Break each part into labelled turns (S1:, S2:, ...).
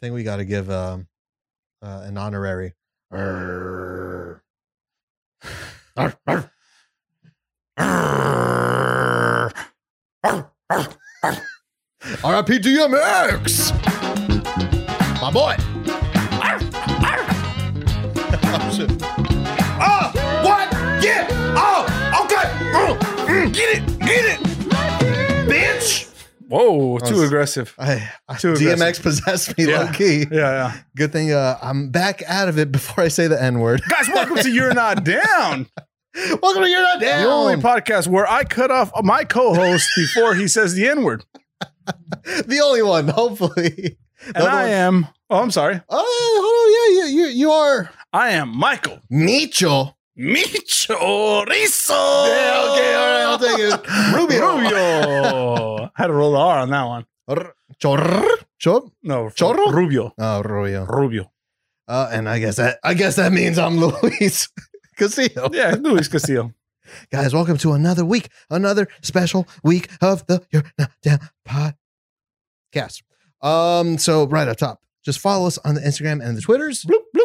S1: think we got to give um, uh, an honorary. Arr. Arr, arr. Arr. Arr, arr, arr. R.I.P. DMX, my boy. Arr, arr. Oh, shit. Ah, what? Yeah. Oh, okay. Mm, mm, Get it. Get it, bitch.
S2: Whoa,
S1: I
S2: too
S1: was-
S2: aggressive.
S1: I, I,
S2: Too
S1: DMX possessed me
S2: Yeah.
S1: low key.
S2: Yeah, yeah.
S1: Good thing uh, I'm back out of it before I say the N word.
S2: Guys, welcome to You're Not Down,
S1: Welcome to You're Not Down.
S2: the only podcast where I cut off my co-host before he says the N-word.
S1: the only one, hopefully. The
S2: And
S1: other
S2: I
S1: one-
S2: am, oh, I'm sorry.
S1: Oh, yeah, hold on. Yeah, you, you, you are
S2: I am Michael
S1: Micho.
S2: Micho Riso.
S1: Yeah, okay, all right, I'll take it. Rubio.
S2: Rubio. Had to roll the R on that one.
S1: R- Chor. Chor.
S2: No,
S1: Chorro?
S2: Rubio.
S1: Oh, Rubio.
S2: Rubio.
S1: Uh, and I guess that I guess that means I'm Luis Castillo.
S2: Yeah, Luis Castillo.
S1: Guys, welcome to another week, another special week of the You're Not Down podcast. Um, so right up top, just follow us on the Instagram and the Twitters.
S2: bloop, bloop.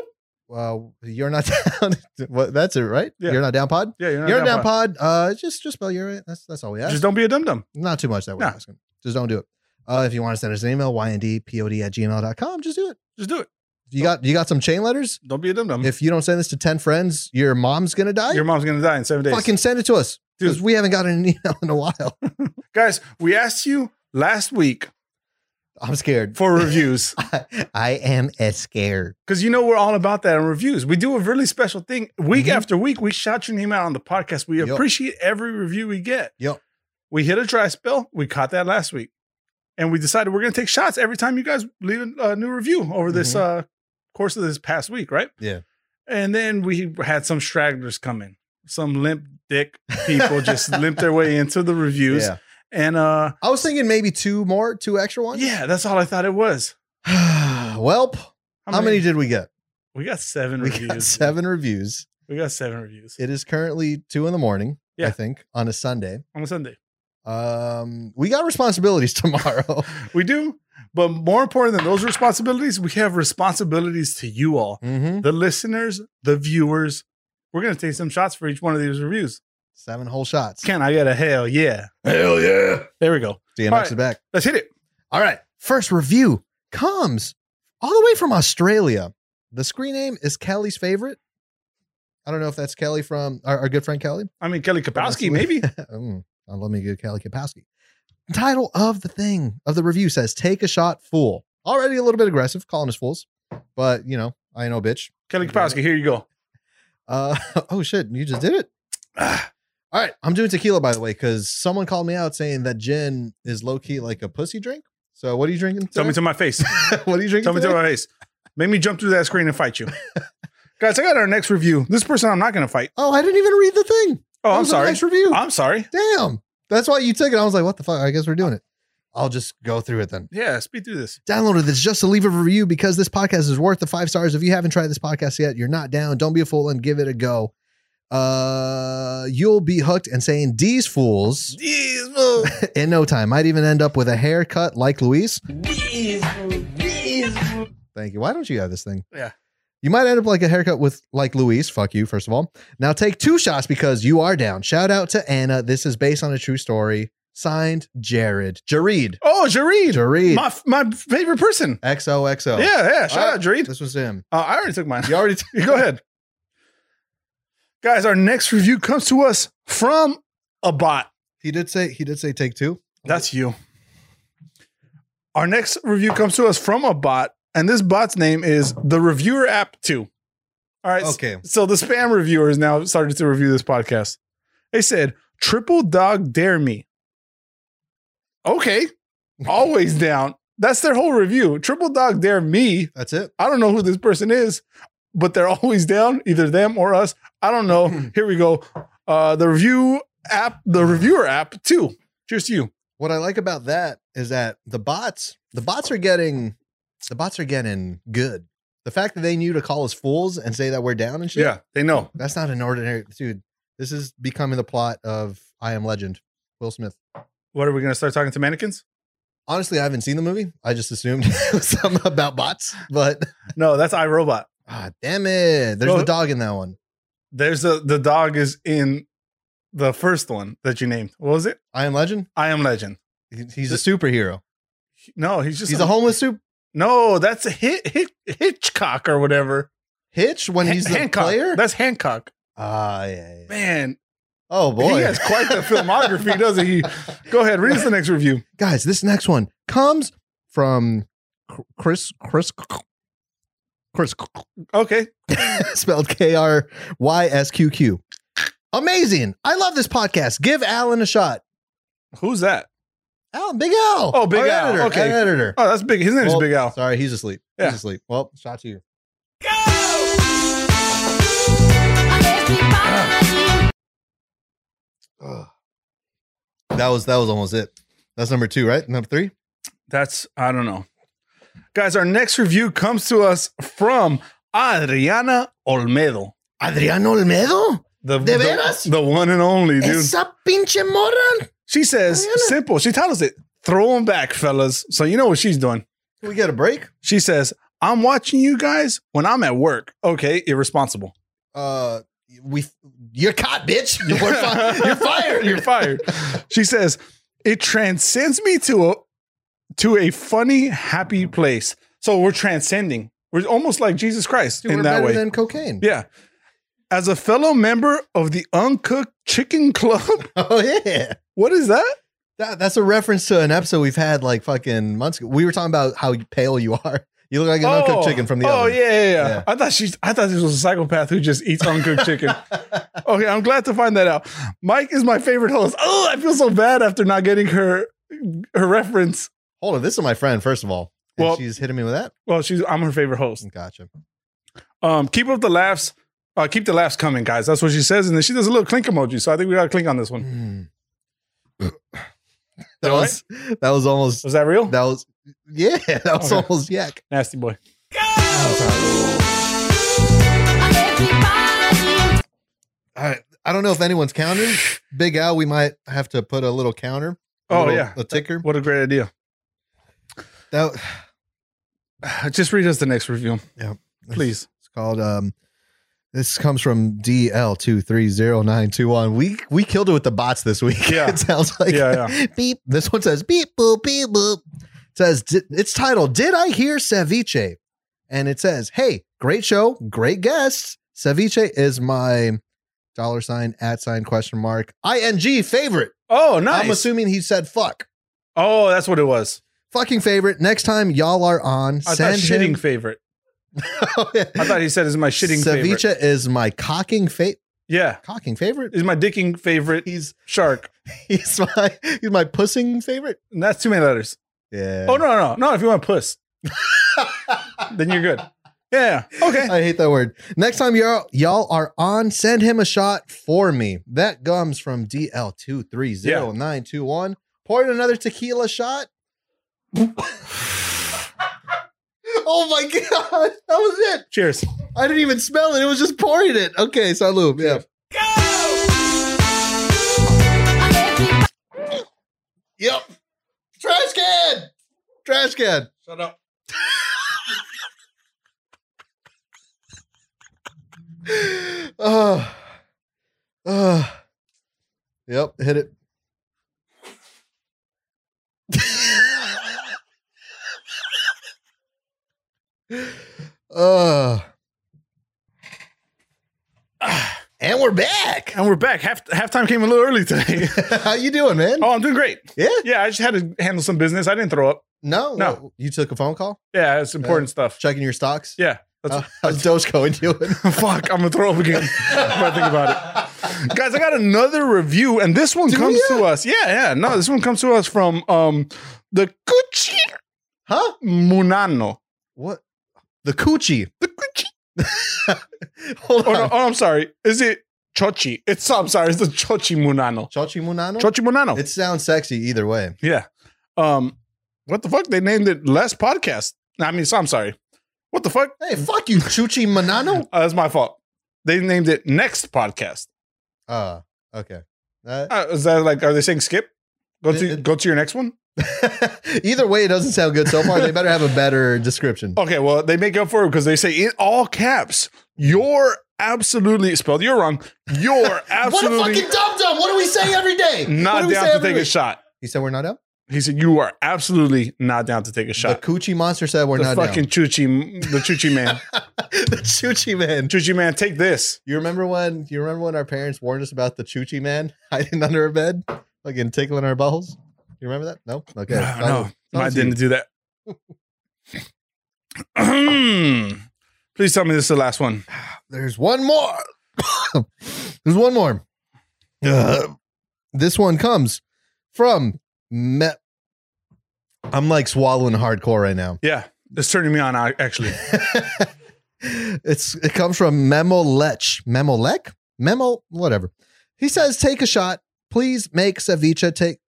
S1: Uh, you're not down. what, that's it, right?
S2: Yeah.
S1: You're not down pod.
S2: Yeah, you're not
S1: You're
S2: down
S1: not down
S2: pod.
S1: pod. Uh, just just spell your. That's that's all we ask.
S2: Just don't be a dum dum.
S1: not too much that we're
S2: No.
S1: asking. Just don't do it. Uh, if you want to send us an email, yndpod at gmail.com, just do it.
S2: Just do it.
S1: If you got you got some chain letters.
S2: Don't be a dum dum.
S1: If you don't send this to ten friends, your mom's gonna die.
S2: Mm-hmm. Your mom's gonna die in seven days.
S1: Fucking send it to us because
S2: Dude.
S1: we haven't gotten an email in a while.
S2: Guys, we asked you last week
S1: I'm scared.
S2: for reviews
S1: I, I am as scared.
S2: because you know we're all about that and reviews. We do a really special thing week
S1: Mhm.
S2: after week. We shout your name out on the podcast. We
S1: Yup.
S2: appreciate every review we get.
S1: Yup.
S2: We hit a dry spell. We caught that last week, and we decided we're gonna take shots every time you guys leave a new review over this uh, course of this past week, right?
S1: Mm-hmm. Yeah.
S2: And then we had some stragglers come in, some limp dick people just limp their way into the reviews,
S1: Yeah.
S2: and uh,
S1: I was thinking maybe two more, two extra ones.
S2: yeah, that's all I thought it was.
S1: Welp, how, many? did we get?
S2: We got seven
S1: We
S2: reviews.
S1: got seven reviews.
S2: We got seven reviews
S1: It is currently two in the morning, I
S2: Yeah.
S1: think, on a Sunday.
S2: on a Sunday.
S1: Um, we got responsibilities tomorrow.
S2: We do, but more important than those responsibilities, we have responsibilities to you all,
S1: mm-hmm.
S2: the listeners, the viewers. We're gonna take some shots for each one of these reviews.
S1: Seven whole shots.
S2: Can I get a hell yeah?
S1: Hell yeah.
S2: There we go.
S1: DMX
S2: All right.
S1: is back.
S2: Let's hit it.
S1: All right. First review comes all the way from Australia. The screen name is Kelly's favorite. I don't know if that's Kelly from our, our good friend Kelly.
S2: I mean, Kelly Kapowski,
S1: Honestly.
S2: maybe.
S1: Mm, I love me a good Kelly Kapowski. Title of the thing of the review says "Take a shot, fool." Already a little bit aggressive, calling us fools, but you know I ain't no bitch.
S2: Kelly Kapowski, here you go.
S1: Uh, oh shit, you just did it.
S2: Ah,
S1: All right, I'm doing tequila by the way because someone called me out saying that gin is low key like a pussy drink. So what are you drinking?
S2: Tell me
S1: today?
S2: to my face.
S1: what are you drinking?
S2: Tell me to
S1: today?
S2: my face. Make me jump through that screen and fight you. Guys, I got our next review. This person I'm not gonna fight.
S1: oh, I didn't even read the thing.
S2: Oh,
S1: That
S2: I'm
S1: was a
S2: sorry.
S1: Nice review.
S2: I'm sorry.
S1: Damn, that's why you took it. I was like, what the fuck? I guess we're doing it. I'll just go through it then.
S2: Yeah, speed through this.
S1: downloaded this just to leave a review because this podcast is worth the five stars. If you haven't tried this podcast yet, you're not down. Don't be a fool and give it a go. Uh, you'll be hooked and saying these fools
S2: Jeez, fool.
S1: in no time. Might even end up with a haircut like Luis. Thank you. Why don't you have this thing?
S2: Yeah.
S1: You might end up like a haircut with like Luis. Fuck you, first of all. Now take two shots because you are down. Shout out to Anna. This is based on a true story. Signed, Jared. Jared.
S2: Oh, Jareed.
S1: Jared.
S2: My, my favorite person.
S1: XOXO.
S2: Yeah, yeah. Shout
S1: Oh. All
S2: out, Jareed.
S1: This was him.
S2: Uh, I already took mine.
S1: You already
S2: Go ahead. Guys, our next review comes to us from a bot.
S1: He did say he did say take two.
S2: That's you. Our next review comes to us from a bot, and this bot's name is the Reviewer App 2. All right.
S1: Okay.
S2: So the spam reviewers now started to review this podcast. They said, Triple Dog Dare Me. Okay. Always down. That's their whole review. Triple Dog Dare Me.
S1: That's it.
S2: I don't know who this person is, but they're always down, either them or us. I don't know. Here we go. Uh, the review app, the reviewer app, too. Cheers to you.
S1: What I like about that is that the bots, the bots are getting the bots are getting good. The fact that they knew to call us fools and say that we're down and shit,
S2: they know.
S1: that's not an ordinary dude. This is becoming the plot of I Am Legend, Will Smith.
S2: What are we going to start talking to mannequins?
S1: Honestly, I haven't seen the movie. I just assumed it was something about bots, but
S2: No, that's iRobot.
S1: ah, damn it. There's
S2: Oh.
S1: the dog in that one.
S2: There's the the dog is in the first one that you named. What was it?
S1: I am Legend.
S2: I Am Legend.
S1: He- He's a superhero.
S2: No, he's just
S1: He's a homeless super
S2: No, that's a hit, hit Hitchcock or whatever.
S1: Hitch when
S2: Han-
S1: he's the
S2: Hancock.
S1: player.
S2: That's Hancock.
S1: Ah, yeah, yeah, yeah.
S2: Man,
S1: Oh boy,
S2: he has quite the filmography, doesn't he? Go ahead, read us the next review.
S1: guys, this next one comes from Cr- Chris Chris Chris
S2: Okay.
S1: spelled K R Y S Q Q. Amazing! I love this podcast. Give Alan a shot.
S2: Who's that?
S1: Alan, Big Al.
S2: Oh, Big
S1: our
S2: Al.
S1: Editor,
S2: Okay.
S1: our editor.
S2: Oh, that's big. His name
S1: Well,
S2: is Big Al.
S1: Sorry, he's asleep.
S2: Yeah.
S1: He's asleep. Well, shot to you. Ugh. That was that was almost it. That's number two, right? Number three.
S2: That's I don't know. Guys, our next review comes to us from Adriana Olmedo.
S1: Adriano Olmedo,
S2: The,
S1: ¿De veras?
S2: the, the one and only, dude.
S1: pinche moron.
S2: She says,
S1: Adriana.
S2: simple. She titles it, throw them back, fellas. So you know what she's doing.
S1: Can we get a break?
S2: She says, I'm watching you guys when I'm at work. Okay, irresponsible.
S1: Uh, we you're caught, bitch. You're, fi- you're fired.
S2: You're fired. She says, it transcends me to a to a funny, happy place. So we're transcending. We're almost like Jesus Christ
S1: Dude,
S2: in
S1: we're
S2: that
S1: better
S2: way.
S1: than cocaine.
S2: yeah. As a fellow member of the Uncooked Chicken Club,
S1: Oh yeah.
S2: what is that?
S1: That, that's a reference to an episode we've had like fucking months ago. We were talking about how pale you are. You look like an uncooked chicken from the
S2: oh
S1: oven.
S2: yeah, yeah, yeah.
S1: Yeah.
S2: I thought she's. I thought this was a psychopath who just eats uncooked chicken. Okay, I'm glad to find that out. Mike is my favorite host. Oh, I feel so bad after not getting her her reference.
S1: Hold on, this is my friend. First of all, and
S2: Well-
S1: she's hitting me with that.
S2: Well, she's I'm her favorite host.
S1: Gotcha.
S2: Um, keep up the laughs. Uh, keep the laughs coming, guys. That's what she says, and then she does a little clink emoji. So I think we got to clink on this one.
S1: Hmm. that
S2: You all
S1: was that was almost
S2: Was that real?
S1: that was yeah that was
S2: Okay.
S1: almost yak.
S2: Nasty boy.
S1: I I don't know if anyone's counting. Big Al, we might have to put a little counter. a
S2: Oh
S1: little-
S2: yeah.
S1: a ticker.
S2: What a great idea.
S1: That
S2: Just read us the next review, please.
S1: It's called um this comes from DL two three zero nine two one. We we killed it with the bots this week.
S2: Yeah.
S1: it sounds like
S2: Yeah,
S1: beep. This one says beep boop beep boop. It says "Di- it's titled "Did I Hear Ceviche?" And it says, "Hey, great show, great guests. Ceviche is my dollar sign at sign question mark ing favorite.
S2: Oh, nice.
S1: I'm assuming he said fuck."
S2: oh, that's what it was.
S1: Fucking favorite. Next time y'all are on,
S2: I
S1: send
S2: thought shitting
S1: him. Oh,
S2: favorite. I thought he said is my shitting
S1: Ceviche
S2: favorite.
S1: is my cocking fa-
S2: Yeah,
S1: cocking favorite.
S2: is my dicking favorite
S1: He's
S2: shark.
S1: he's my he's my pussing favorite.
S2: And that's too many letters.
S1: Yeah.
S2: Oh no, no, no! If you want puss, then you're good. Yeah. Okay.
S1: I hate that word. Next time y'all y'all are on, send him a shot for me. That comes from DL two three zero nine two one. Pour in another tequila shot. oh my god, that was it.
S2: Cheers.
S1: I didn't even smell it. It was just pouring it. Okay, salute. Yeah. Yep. Trash can. Trash can.
S2: Shut up.
S1: Oh. Oh. Yep, hit it. uh. And we're back.
S2: And we're back. Half halftime came a little early today.
S1: How you doing, man?
S2: oh, I'm doing great.
S1: Yeah.
S2: Yeah, I just had to handle some business. I didn't throw up.
S1: No.
S2: No.
S1: You took a phone call?
S2: Yeah, it's important stuff.
S1: Checking your stocks?
S2: Yeah.
S1: How-
S2: That's,
S1: How's Dogecoin doing?
S2: fuck, I'm gonna throw up again if I think about it. Guys, I got another review, and this one
S1: Do
S2: comes
S1: ya?
S2: to us. Yeah, yeah. No, this one comes to us from um the Cuchi
S1: Huh?
S2: Munano.
S1: What? The coochie.
S2: The Cuchi.
S1: Hold
S2: Oh,
S1: on.
S2: no, oh, I'm sorry. Is it Chochi? It's I'm sorry. It's the Chochi Munano.
S1: Chochi Munano?
S2: oh. Chochi Munano.
S1: It sounds sexy either way.
S2: yeah. Um, what the fuck? They named it Less Podcast. I mean, so I'm sorry. What the fuck?
S1: Hey, fuck you, Chuchi Manano.
S2: Uh, that's my fault. They named it Next Podcast.
S1: Uh, okay. Uh,
S2: Uh, is that like? Are they saying skip? Go
S1: It-
S2: to
S1: it-
S2: go to your next one.
S1: Either way, it doesn't sound good so far. They better have a better description.
S2: Okay, well, they make up for it because they say in all caps, you're absolutely spelled you're wrong. You're
S1: What a
S2: absolutely
S1: fucking dum dum! What do we say every day? What do
S2: not
S1: we
S2: down
S1: say
S2: to
S1: every
S2: take a
S1: week?
S2: shot.
S1: He said we're not out.
S2: He said, You are absolutely not down to take a shot.
S1: The coochie monster said we're
S2: The,
S1: not
S2: fucking
S1: fucking
S2: Chuchi, the Chuchi man.
S1: the choochie man.
S2: Chuchi man, take this.
S1: You remember when? You remember when our parents warned us about the choochie man hiding under our bed, fucking tickling our buttholes? You remember that? No. Okay.
S2: No, no,
S1: that
S2: I
S1: was you.
S2: didn't do that. Please tell me this is the last one.
S1: There's one more. There's one more. Uh, this one comes from Me- I'm like swallowing hardcore right now.
S2: Yeah, it's turning me on, I- actually.
S1: it's it comes from Memo Lech. Memo Lech? Memo, whatever. He says, take a shot. Please make ceviche take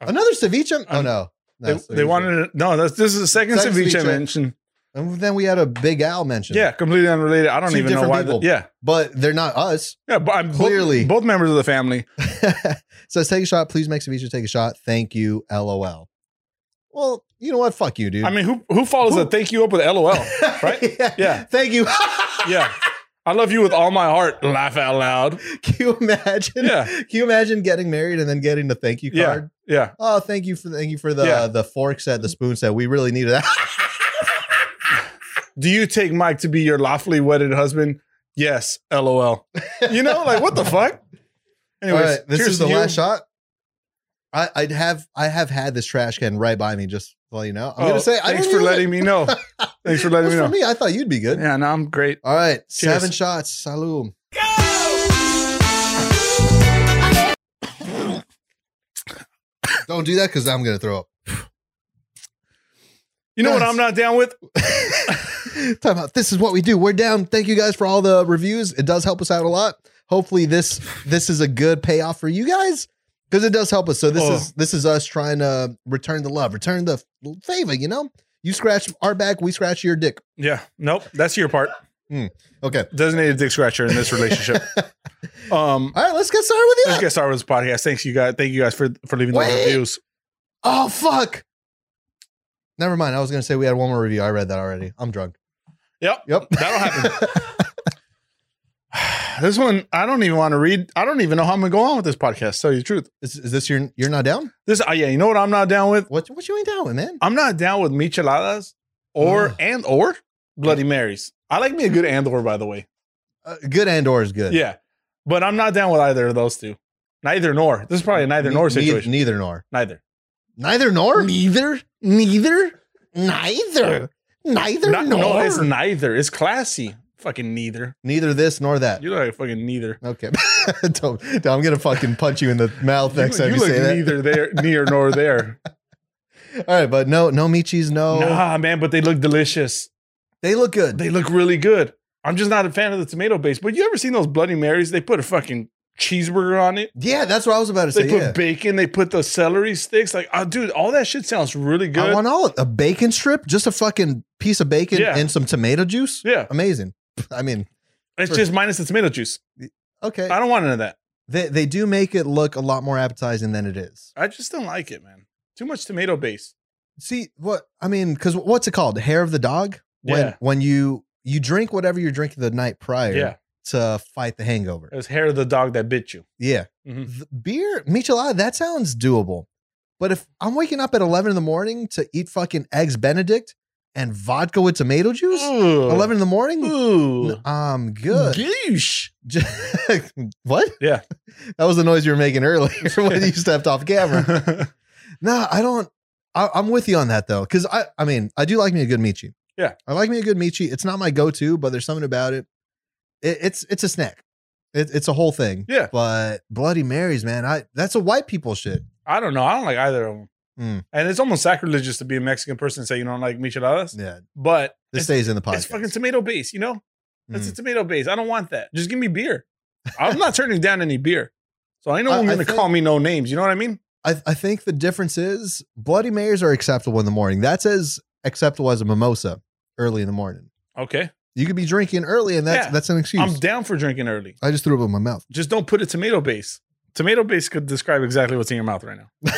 S1: another ceviche. Oh no.
S2: Um, They,
S1: No,
S2: they
S1: ceviche.
S2: wanted to, no, that's, this is the second
S1: Second
S2: ceviche,
S1: ceviche.
S2: mention.
S1: and then we had a big owl mention.
S2: Yeah, completely unrelated. I don't
S1: Two
S2: even know
S1: different
S2: why. The,
S1: people.
S2: yeah,
S1: But they're not us.
S2: yeah, but I'm
S1: Clearly.
S2: both, both members of the family.
S1: says take a shot. Please make ceviche take a shot. Thank you. LOL. Well, you know what? Fuck you, dude.
S2: I mean, who who follows
S1: Who-
S2: the thank you up with LOL? right?
S1: yeah.
S2: Yeah.
S1: Thank you.
S2: Yeah, I love you with all my heart. Laugh out loud.
S1: Can you imagine?
S2: Yeah.
S1: Can you imagine getting married and then getting the thank you
S2: Yeah.
S1: card?
S2: Yeah,
S1: Oh, thank you for thank you for the
S2: Yeah.
S1: the fork set, the spoon set. We really needed that.
S2: do you take Mike to be your lawfully wedded husband? Yes, LOL. You know, like what the fuck. Anyways,
S1: All right, this
S2: cheers
S1: is the
S2: to you.
S1: last shot. I I have I have had this trash can right by me. Just well, you know, I'm
S2: Oh,
S1: gonna say I
S2: thanks
S1: didn't
S2: for
S1: use
S2: letting
S1: it.
S2: me know. Thanks for letting
S1: It was
S2: me know.
S1: For me, I thought you'd be good.
S2: Yeah, no, I'm great.
S1: All right,
S2: Cheers.
S1: seven shots. Salud. Don't do that because I'm gonna throw up.
S2: You know what
S1: Nice.
S2: I'm not down with?
S1: Time out. This is what we do. We're down. Thank you guys for all the reviews. It does help us out a lot. Hopefully this this is a good payoff for you guys because it does help us. So this
S2: Oh.
S1: is this is us trying to return the love, return the favor. You know, you scratch our back, we scratch your dick.
S2: Yeah, nope. That's your part.
S1: Okay.
S2: Designated dick scratcher in this relationship. um,
S1: All right, let's get started with
S2: let's
S1: you.
S2: get started with this podcast. Thanks you guys. Thank you guys for for leaving the
S1: Wait.
S2: reviews.
S1: Oh fuck. Never mind. I was gonna say we had one more review. I read that already. I'm drunk.
S2: Yep,
S1: Yep.
S2: that'll happen. this one I don't even want to read. I don't even know how I'm gonna go on with this podcast. to Tell you the truth.
S1: Is, is this your you're not down?
S2: This, uh, yeah, you know what I'm not down with?
S1: What what you ain't down with, man?
S2: I'm not down with micheladas or
S1: Ugh.
S2: and or bloody marys. I like me a good and or by the way.
S1: Uh, good and or is good.
S2: Yeah, but I'm not down with either of those two. Neither nor. This is probably a neither
S1: Ne-
S2: nor
S1: ne-
S2: situation.
S1: neither nor.
S2: neither.
S1: Neither nor?
S2: Neither. Neither.
S1: Neither. Neither
S2: Not, no,
S1: nor.
S2: it's neither. It's classy. Fucking neither.
S1: Neither this nor that.
S2: You look like fucking neither.
S1: Okay. don't, don't- I'm going to fucking punch you in the mouth
S2: You,
S1: next time
S2: you
S1: you,
S2: look
S1: say that.
S2: neither there, near nor there.
S1: All right, but no, no Michis, no.
S2: Nah, man, but they look delicious.
S1: They look good.
S2: They look really good. I'm just not a fan of the tomato base. But you ever seen those Bloody Marys? They put a fucking cheeseburger on it.
S1: yeah, that's what I was about to say.
S2: They put
S1: yeah.
S2: bacon. They put the celery sticks. Like, oh, dude, all that shit sounds really
S1: I
S2: good.
S1: want all a bacon strip, just a fucking piece of bacon
S2: Yeah.
S1: and some tomato juice.
S2: yeah,
S1: Amazing. I mean,
S2: it's
S1: for-
S2: just minus the tomato juice.
S1: okay.
S2: I don't want none of that.
S1: They they do make it look a lot more appetizing than it is.
S2: I just don't like it, man. Too much tomato base.
S1: See what I mean? Because what's it called? Hair of the dog. When
S2: Yeah,
S1: when you you drink whatever you're drinking the night prior.
S2: yeah. Uh,
S1: to fight the hangover.
S2: It was hair of the dog that bit you.
S1: Yeah.
S2: Mhm.
S1: The beer, michelada, that sounds doable. But if I'm waking up at 11 in the morning to eat fucking eggs Benedict and vodka with tomato juice, 11 in the morning,
S2: Ooh.
S1: I'm good. what?
S2: Yeah.
S1: That was the noise you were making earlier when you stepped off camera. No, I don't. I, I'm with you on that though, because I, I mean, I do like me a good michi.
S2: Yeah.
S1: I like me a good michi. It's not my go-to, but there's something about it. it it's it's a snack. It, it's a whole thing.
S2: Yeah.
S1: But Bloody Marys, man, I that's a white people shit.
S2: I don't know. I don't like either of them.
S1: Mm.
S2: And it's almost sacrilegious to be a Mexican person and say you don't like micheladas,
S1: Yeah.
S2: but
S1: This
S2: it's,
S1: stays in the podcast.
S2: it's fucking tomato base, you know? It's a
S1: Mm.
S2: tomato base. I don't want that. Just give me beer. I'm not turning down any beer. So I know
S1: I-
S2: I'm
S1: I
S2: going to
S1: think-
S2: call me no names. You know what I mean?
S1: I, I think the difference is Bloody Marys are acceptable in the morning. That's as acceptable as a mimosa early in the morning.
S2: Okay.
S1: You could be drinking early, and that's
S2: Yeah.
S1: that's an excuse.
S2: I'm down for drinking early.
S1: I just threw up in my mouth.
S2: Just don't put a tomato base. Tomato base could describe exactly what's in your mouth right now.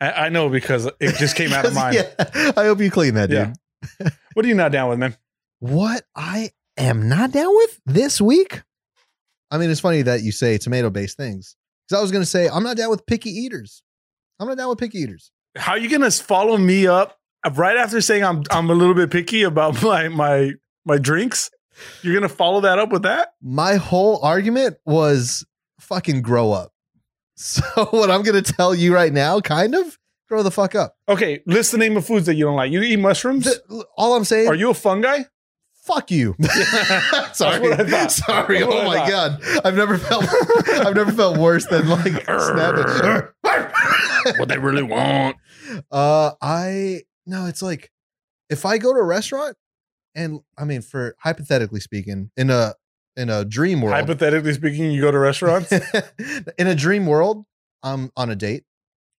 S2: I, I know because it just came out of mine.
S1: Yeah. I hope you clean that, dude.
S2: Yeah. What are you not down with, man?
S1: What I am not down with this week. I mean, it's funny that you say tomato based things because I was going to say I'm not down with picky eaters. I'm not down with picky eaters.
S2: How are you gonna follow me up right after saying I'm I'm a little bit picky about my my my drinks? You're gonna follow that up with that?
S1: My whole argument was fucking grow up. So what I'm going to tell you right now, kind of grow the fuck up.
S2: Okay, list the name of foods that you don't like. You eat mushrooms?
S1: The- all I'm saying,
S2: Are you a fungi?
S1: fuck you.
S2: what I
S1: sorry,
S2: thought.
S1: sorry.
S2: That's what
S1: Oh
S2: I
S1: my
S2: thought.
S1: god, I've never felt I've never felt worse than like snapping.
S2: what they really want.
S1: Uh, I no, it's like if I go to a restaurant, and I mean, for hypothetically speaking, in a in a dream world,
S2: Hypothetically speaking, you go to restaurants.
S1: in a dream world, I'm on a date.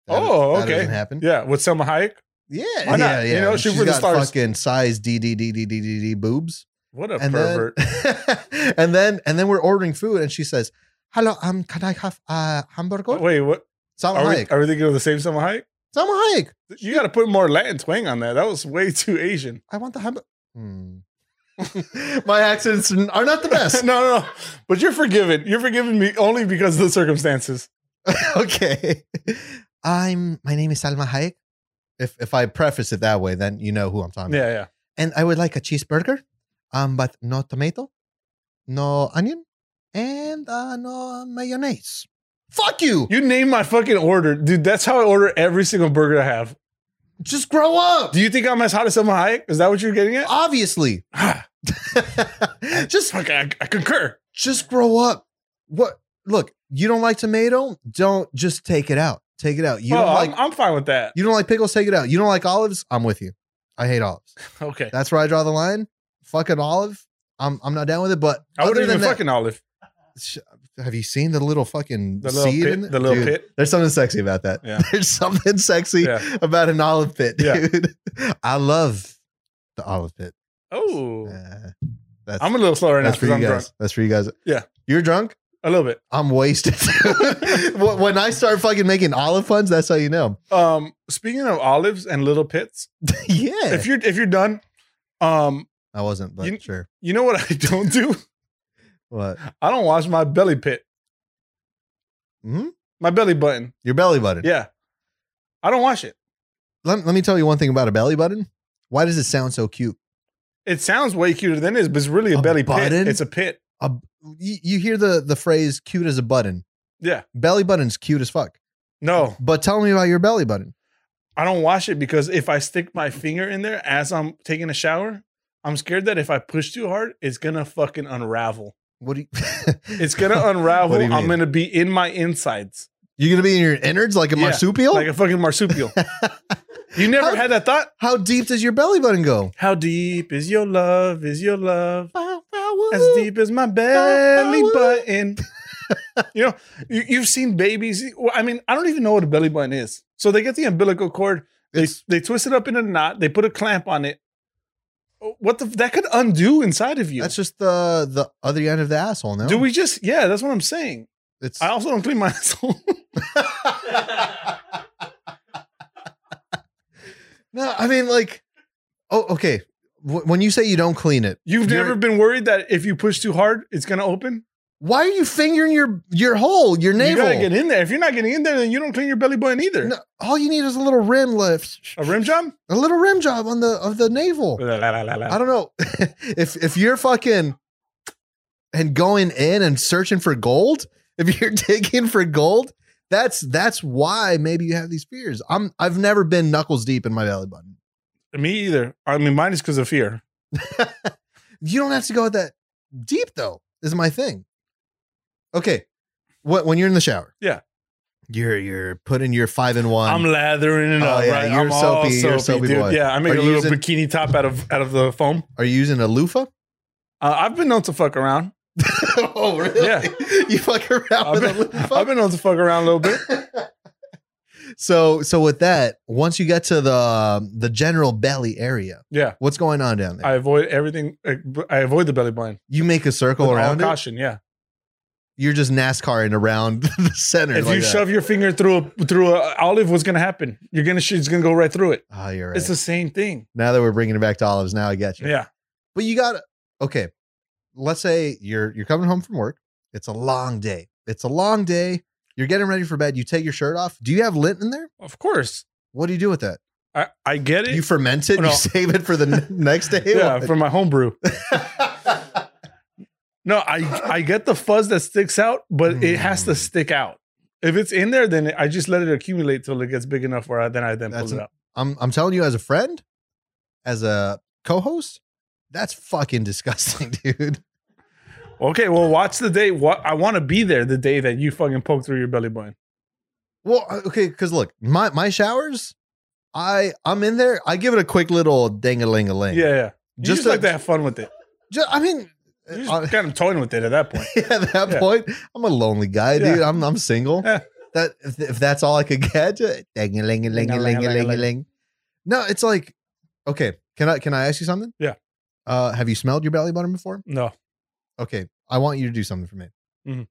S2: Oh,
S1: that
S2: okay.
S1: doesn't happen.
S2: yeah, with Selma Hayek.
S1: Yeah,
S2: Why not?
S1: yeah,
S2: You
S1: yeah.
S2: know,
S1: And
S2: shoot
S1: she's
S2: for the
S1: got
S2: stars.
S1: Fucking size D D D D D D D boobs.
S2: What a
S1: and
S2: pervert.
S1: then and then and then we're ordering food, and she says, "Hello, um, can I have uh, hamburger?"
S2: Wait, what?
S1: Salma
S2: Are we,
S1: Hayek.
S2: are we thinking of the same Selma Hayek?
S1: Salma Hayek.
S2: You got to put more Latin twang on that. That was way too Asian.
S1: I want the hamburger. My accents are not the best.
S2: no, no, no. But you're forgiven. You're forgiving me only because of the circumstances.
S1: okay. I'm. My name is Salma Hayek. If if I preface it that way, then you know who I'm talking about.
S2: Yeah, yeah.
S1: And I would like a cheeseburger, um, but no tomato, no onion, and uh, no mayonnaise. Fuck you.
S2: You name my fucking order, dude. That's how I order every single burger I have.
S1: Just grow up.
S2: Do you think I'm as hot as Selma Hayek? Is that what you're getting at?
S1: Obviously. just
S2: Fuck, I, I concur.
S1: just grow up. What? Look, you don't like tomato? Don't just take it out. Take it out. You
S2: oh,
S1: don't
S2: I'm-
S1: like
S2: I'm fine with that.
S1: you don't like pickles? Take it out. You don't like olives? I'm with you. I hate olives.
S2: Okay.
S1: That's where I draw the line. Fucking olive. I'm I'm not down with it. But
S2: I
S1: other
S2: wouldn't
S1: than
S2: even
S1: that,
S2: fucking olive.
S1: sh- have you seen the little fucking
S2: The little
S1: seed
S2: pit.
S1: in it?
S2: The little
S1: Dude,
S2: pit.
S1: There's something sexy about that.
S2: Yeah.
S1: There's something sexy
S2: Yeah.
S1: about an olive pit,
S2: Yeah.
S1: dude. I love the olive pit.
S2: Oh,
S1: Uh, that's
S2: I'm a little slow right now
S1: that's for
S2: because
S1: you
S2: I'm
S1: guys.
S2: drunk.
S1: That's for you guys.
S2: Yeah.
S1: You're drunk?
S2: A little bit.
S1: I'm wasted. Wh- when I start fucking making olive puns, that's how you know.
S2: Um, speaking of olives and little pits,
S1: yeah.
S2: if you're if you're done, um,
S1: I wasn't, but
S2: You-
S1: sure.
S2: you know what I don't do?
S1: What?
S2: I don't wash my belly pit,
S1: hmm
S2: my belly button.
S1: Your belly button.
S2: Yeah, I don't wash it.
S1: Let, let me tell you one thing about a belly button. Why does it sound so cute?
S2: It sounds way cuter than it is, but it's really a,
S1: A
S2: belly
S1: button?
S2: pit. It's a pit.
S1: A, you, you hear the, the phrase cute as a button.
S2: Yeah.
S1: Belly button's cute as fuck.
S2: No,
S1: But tell me about your belly button.
S2: I don't wash it because if I stick my finger in there as I'm taking a shower, I'm scared that if I push too hard, it's gonna fucking unravel.
S1: What do you
S2: It's gonna uh, unravel.
S1: do you
S2: I'm
S1: mean?
S2: gonna be in my insides
S1: You're gonna be in your innards like a
S2: Yeah,
S1: marsupial?
S2: like a fucking marsupial. you never
S1: Oh. How-
S2: had that thought?
S1: How deep does your belly button go?
S2: How deep is your love? Is your love as deep as my
S1: Bow,
S2: belly
S1: wow, woo.
S2: button? you know, you, you've seen babies. well, I mean, I don't even know what a belly button is. So they get the umbilical cord. They
S1: It's-
S2: they twist it up in a knot. They put a clamp on it. Oh, What the that could undo inside of you?
S1: That's just the the other end of the asshole. No,
S2: Do we just? Yeah, that's what I'm saying.
S1: It's
S2: I also don't clean my asshole.
S1: no. I mean, like, oh, okay. Wh- When you say you don't clean it,
S2: You've
S1: You're-
S2: never been worried that if you push too hard, it's gonna open.
S1: why are you fingering your your hole, your
S2: You
S1: navel?
S2: gotta get in there. If you're not getting in there, then you don't clean your belly button either.
S1: No, all you need is a little rim lift,
S2: A rim job?
S1: a little rim job on the of the
S2: Uh,
S1: navel. I don't know if if you're fucking and going in and searching for gold. If you're digging for gold, that's that's why maybe you have these fears. I'm I've never been knuckles deep in my belly button.
S2: Me either. I mean, mine is because of fear.
S1: You don't have to go that deep though. Is my thing. Okay, what when you're in the shower?
S2: Yeah.
S1: you're you're putting your five in one.
S2: I'm lathering it
S1: Oh,
S2: up.
S1: yeah,
S2: right?
S1: you're
S2: I'm
S1: soapy, you're soapy
S2: dude.
S1: boy.
S2: Yeah, I make
S1: Are
S2: a
S1: you
S2: little
S1: using-
S2: bikini top out of out of the foam.
S1: Are you using a loofah?
S2: Uh, I've been known to fuck around.
S1: oh really?
S2: Yeah.
S1: you fuck around with
S2: I've been,
S1: a loofah.
S2: I've been known to fuck around a little bit.
S1: so so with that, once you get to the um, the general belly area,
S2: Yeah,
S1: what's going on down there?
S2: eh, I avoid everything. I- I avoid the belly button.
S1: you make a circle
S2: With all
S1: around it.
S2: caution. Yeah,
S1: you're just NASCARing around the center.
S2: If
S1: like
S2: you
S1: that.
S2: shove your finger through a through a olive, what's gonna happen? You're gonna sh- it's gonna go right through it.
S1: Ah, you're right.
S2: It's the same thing.
S1: now that we're bringing it back to olives, now I get you.
S2: Yeah.
S1: But you got okay. Let's say you're you're coming home from work. It's a long day. It's a long day. You're getting ready for bed. You take your shirt off. Do you have lint in there?
S2: Of course.
S1: What do you do with that?
S2: I, I get it.
S1: You ferment it.
S2: No.
S1: You save it for the n- next day.
S2: yeah, for my homebrew. No, I I get the fuzz that sticks out, but it has to
S1: Mm.
S2: stick out. If it's in there, then I just let it accumulate till it gets big enough where I, then I then
S1: That's
S2: pull it
S1: an-
S2: out.
S1: I'm I'm telling you as a friend, as a co-host, that's fucking disgusting, dude.
S2: Okay, well, watch the day. What I want to be there the day that you fucking poke through your belly button.
S1: Well, uh, okay, because look, my my showers, I I'm in there. I give it a quick little dang a ling a
S2: Yeah,
S1: ling.
S2: yeah. You
S1: Just
S2: just, like
S1: a-
S2: to have fun with it.
S1: Ju- I mean,
S2: You're
S1: uh,
S2: just kind of toying with it at that point.
S1: yeah, at that
S2: Yeah.
S1: point, I'm a lonely guy, dude.
S2: Yeah.
S1: I'm I'm single.
S2: Yeah.
S1: That if, if that's all I could get, dang a ling a ling a ling a ling a ling. No, it's like, okay, can I can I ask you something?
S2: Yeah.
S1: Uh, have you smelled your belly button before?
S2: No,
S1: okay, I want you to do something for me.
S2: Mhm.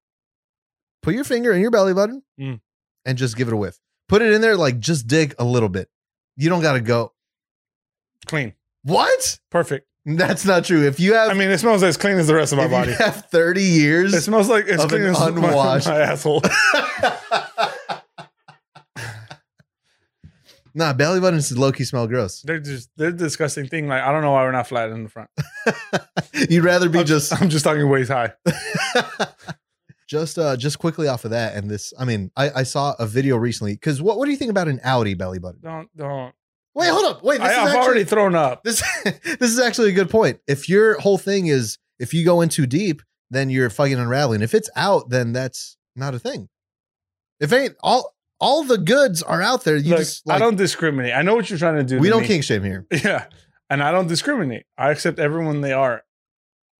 S1: Put your finger in your belly button
S2: Mm.
S1: and just give it a whiff. Put it in there, like just dig a little bit. You don't got to go.
S2: clean,
S1: What?
S2: perfect.
S1: That's not true. If you have,
S2: I mean, it smells as clean as the rest of my
S1: if
S2: body.
S1: you have 30
S2: It
S1: years,
S2: smells like it's
S1: of
S2: clean
S1: an
S2: as my,
S1: unwashed-
S2: my asshole.
S1: nah, belly buttons low key smell gross.
S2: They're just they're disgusting thing. Like I don't know why we're not flat in the front.
S1: You'd rather be just
S2: I'm just talking waist high.
S1: just uh just quickly off of that and this i mean i i saw a video recently because what what do you think about an audi belly button
S2: Don't don't.
S1: wait hold up wait this
S2: I,
S1: is
S2: I've
S1: actually,
S2: already thrown up.
S1: this this is actually a good point if your whole thing is if you go in too deep then you're fucking unraveling if it's out then that's not a thing if ain't all all the goods are out there you
S2: Look,
S1: just like
S2: I don't discriminate. I know what you're trying to do.
S1: we
S2: to
S1: don't
S2: me.
S1: king shame here
S2: Yeah. And I don't discriminate. I accept everyone they are,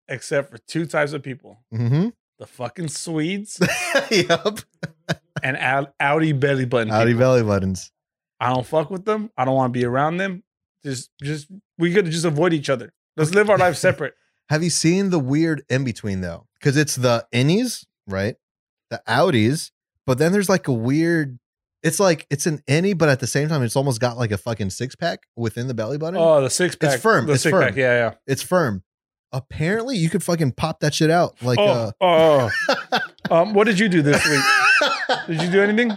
S2: except for two types of people
S1: mm-hmm
S2: the fucking Swedes
S1: yep
S2: and Au- Audi belly button.
S1: audi
S2: people.
S1: belly buttons
S2: I don't fuck with them. I don't want to be around them. Just, just, we could just avoid each other. Let's live our life separate.
S1: Have you seen the weird in between though? Because it's the innies, right? The outies, but then there's like a weird. It's like it's an innie, but at the same time, it's almost got like a fucking six pack within the belly button.
S2: Oh, the six pack.
S1: firm.
S2: The
S1: It's
S2: six
S1: firm.
S2: pack. Yeah,
S1: It's firm. Apparently, you could fucking pop that shit out like.
S2: yeah.
S1: uh,
S2: oh, oh, oh. um, what did you do this week? Did you do anything?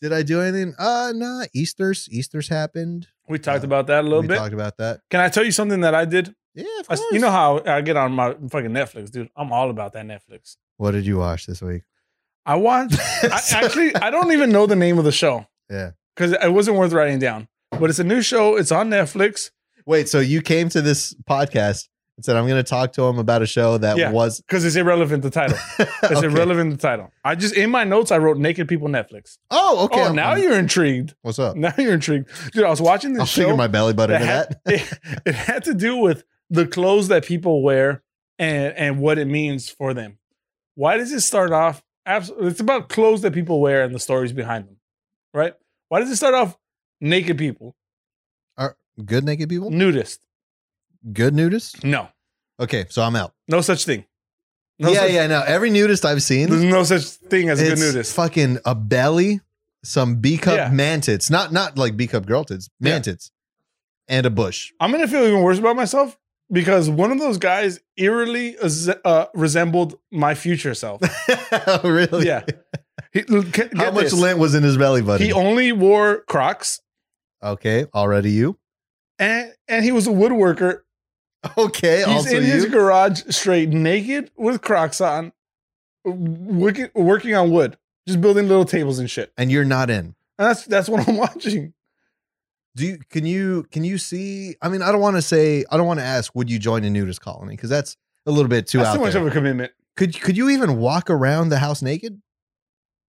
S1: Did I do anything? Uh, nah. Easter's Easter's happened.
S2: We talked
S1: Uh,
S2: about that a little
S1: we
S2: bit.
S1: talked about that.
S2: Can I tell you something that I did?
S1: Yeah, of
S2: I
S1: course.
S2: s- you know how I get on my fucking Netflix, dude. I'm all about that Netflix.
S1: what did you watch this week?
S2: I watched I, actually, I don't even know the name of the show.
S1: Yeah.
S2: Because it wasn't worth writing down. But it's a new show. It's on Netflix.
S1: Wait, so you came to this podcast and said I'm going to talk to him about a show that
S2: Yeah.
S1: was
S2: Because it's irrelevant, the title. It's
S1: Okay.
S2: irrelevant, the title. I just, in my notes, I wrote Naked People Netflix.
S1: Oh, okay.
S2: oh,
S1: I'm-
S2: now
S1: I'm-
S2: you're intrigued.
S1: What's up?
S2: Now you're intrigued. Dude, I was watching this
S1: I'll
S2: show.
S1: figure my belly button
S2: that
S1: to
S2: had,
S1: that.
S2: It, it had to do with the clothes that people wear and, and what it means for them. Why does it start off? abs- It's about clothes that people wear and the stories behind them, right? Why does it start off naked people,
S1: Good naked people?
S2: nudist? Mm-hmm.
S1: Good nudists?
S2: No,
S1: Okay, so I'm out.
S2: no such thing. No
S1: yeah,
S2: such,
S1: yeah, no. Every nudist I've
S2: There's
S1: seen
S2: no such thing as a good
S1: it's
S2: nudist.
S1: fucking a belly, some B cup
S2: Yeah.
S1: man tits. Not not like B cup girl tits, man
S2: Yeah.
S1: tits. And a bush.
S2: I'm gonna feel even worse about myself because one of those guys eerily as- uh, resembled my future self.
S1: really?
S2: yeah. He, get
S1: Oh, How much
S2: this.
S1: lint was in his belly button?
S2: He only wore Crocs.
S1: okay, already you.
S2: and and he was a woodworker.
S1: Okay,
S2: He's
S1: also
S2: in
S1: you.
S2: his garage, straight naked with Crocs on, working working on wood, just building little tables and shit.
S1: and you're not in.
S2: And that's that's what I'm watching.
S1: Do you can you can you see? I mean, I don't want to say I don't want to ask. Would you join a nudist colony? Because that's a little bit too
S2: that's
S1: out
S2: too much
S1: there.
S2: of a commitment.
S1: Could could you even walk around the house naked?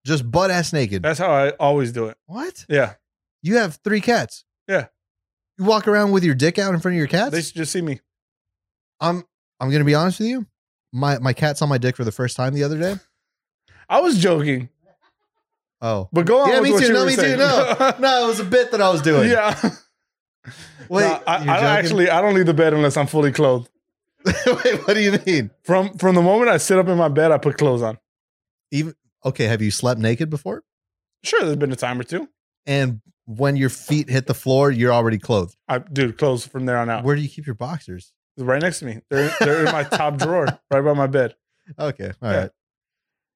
S1: Just butt ass naked.
S2: That's how I always do it.
S1: what?
S2: Yeah,
S1: You have three cats.
S2: Yeah.
S1: You walk around with your dick out in front of your cats.
S2: they should just see me.
S1: I'm I'm gonna be honest with you. My my cat saw my dick for the first time the other day.
S2: I was joking,
S1: Oh
S2: but go on.
S1: Yeah,
S2: with
S1: me
S2: what
S1: too.
S2: you
S1: No,
S2: were
S1: me too.
S2: saying.
S1: no, it was a bit that I was doing.
S2: yeah.
S1: Wait, you're
S2: No, I, I don't
S1: joking?
S2: actually I don't leave the bed unless I'm fully clothed.
S1: Wait, what do you mean?
S2: From from the moment I sit up in my bed, I put clothes on.
S1: even okay, have you slept naked before?
S2: Sure, there's been a time or two.
S1: And when your feet hit the floor, you're already clothed.
S2: I dude, clothes from there on out.
S1: Where do you keep your boxers?
S2: right next to me. They're they're in my top drawer, right by my bed.
S1: Okay, all right.
S2: Yeah.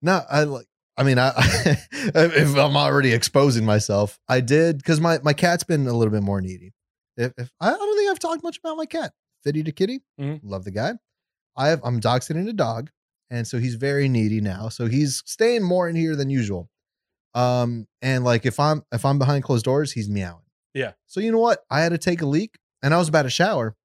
S1: No, I like. I mean, I, if I'm already exposing myself, I did because my my cat's been a little bit more needy. If, if I don't think I've talked much about my cat, Fitty to Kitty,
S2: Mhm.
S1: love the guy. I have I'm dachshunding a dog, and so he's very needy now. So he's staying more in here than usual. Um, and like if I'm if I'm behind closed doors, he's meowing.
S2: Yeah.
S1: So you know what? I had to take a leak, and I was about to shower,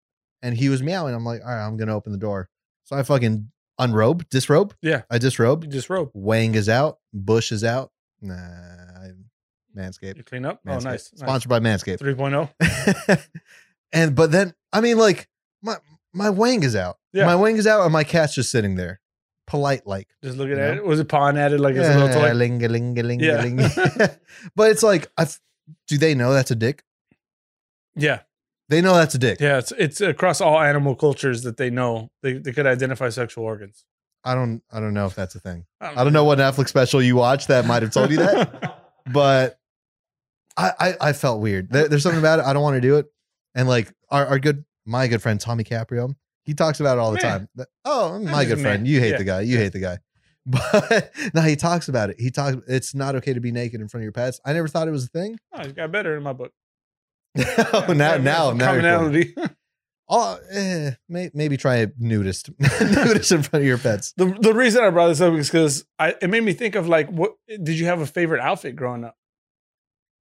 S1: and he was meowing. I'm like, all right, I'm gonna open the door. So I fucking unrobe, disrobe.
S2: Yeah.
S1: I disrobe.
S2: You just rope.
S1: Wang is out. Bush is out. Nah, I-
S2: You
S1: Manscaped.
S2: clean up.
S1: Manscaped.
S2: Oh, nice. nice.
S1: Sponsored by Manscaped.
S2: 3.0.
S1: and but then I mean, like my my Wang is out.
S2: Yeah.
S1: My Wang is out, and my cat's just sitting there, polite like.
S2: Just looking
S1: You
S2: at
S1: know?
S2: it. Was it pawn at it like it's a little
S1: Yeah,
S2: toy?
S1: ling, ling, ling,
S2: Yeah.
S1: ling. but it's like, I f- do they know that's a dick?
S2: Yeah.
S1: They know that's a dick.
S2: Yeah. It's it's across all animal cultures that they know they, they could identify sexual organs.
S1: I don't. I don't know if that's a thing. I don't know what Netflix special you watched that might have told you that. but I, I I felt weird. There- there's something about it. I don't want to do it. And like our, our good my good friend Tommy Caprio, he talks about it all the
S2: Man.
S1: time. That- Oh, my
S2: just
S1: good
S2: a
S1: friend,
S2: man.
S1: you hate
S2: Yeah.
S1: the guy. You hate the guy. But no, he talks about it. He talks. It's not okay to be naked in front of your pets. I never thought it was a thing.
S2: Oh, it got better in my book.
S1: oh, now now
S2: Yeah,
S1: now. you're cool.
S2: commonality.
S1: Oh, eh, may, maybe try nudist nudist in front of your pets.
S2: the the reason I brought this up is because I it made me think of like what did you have a favorite outfit growing up?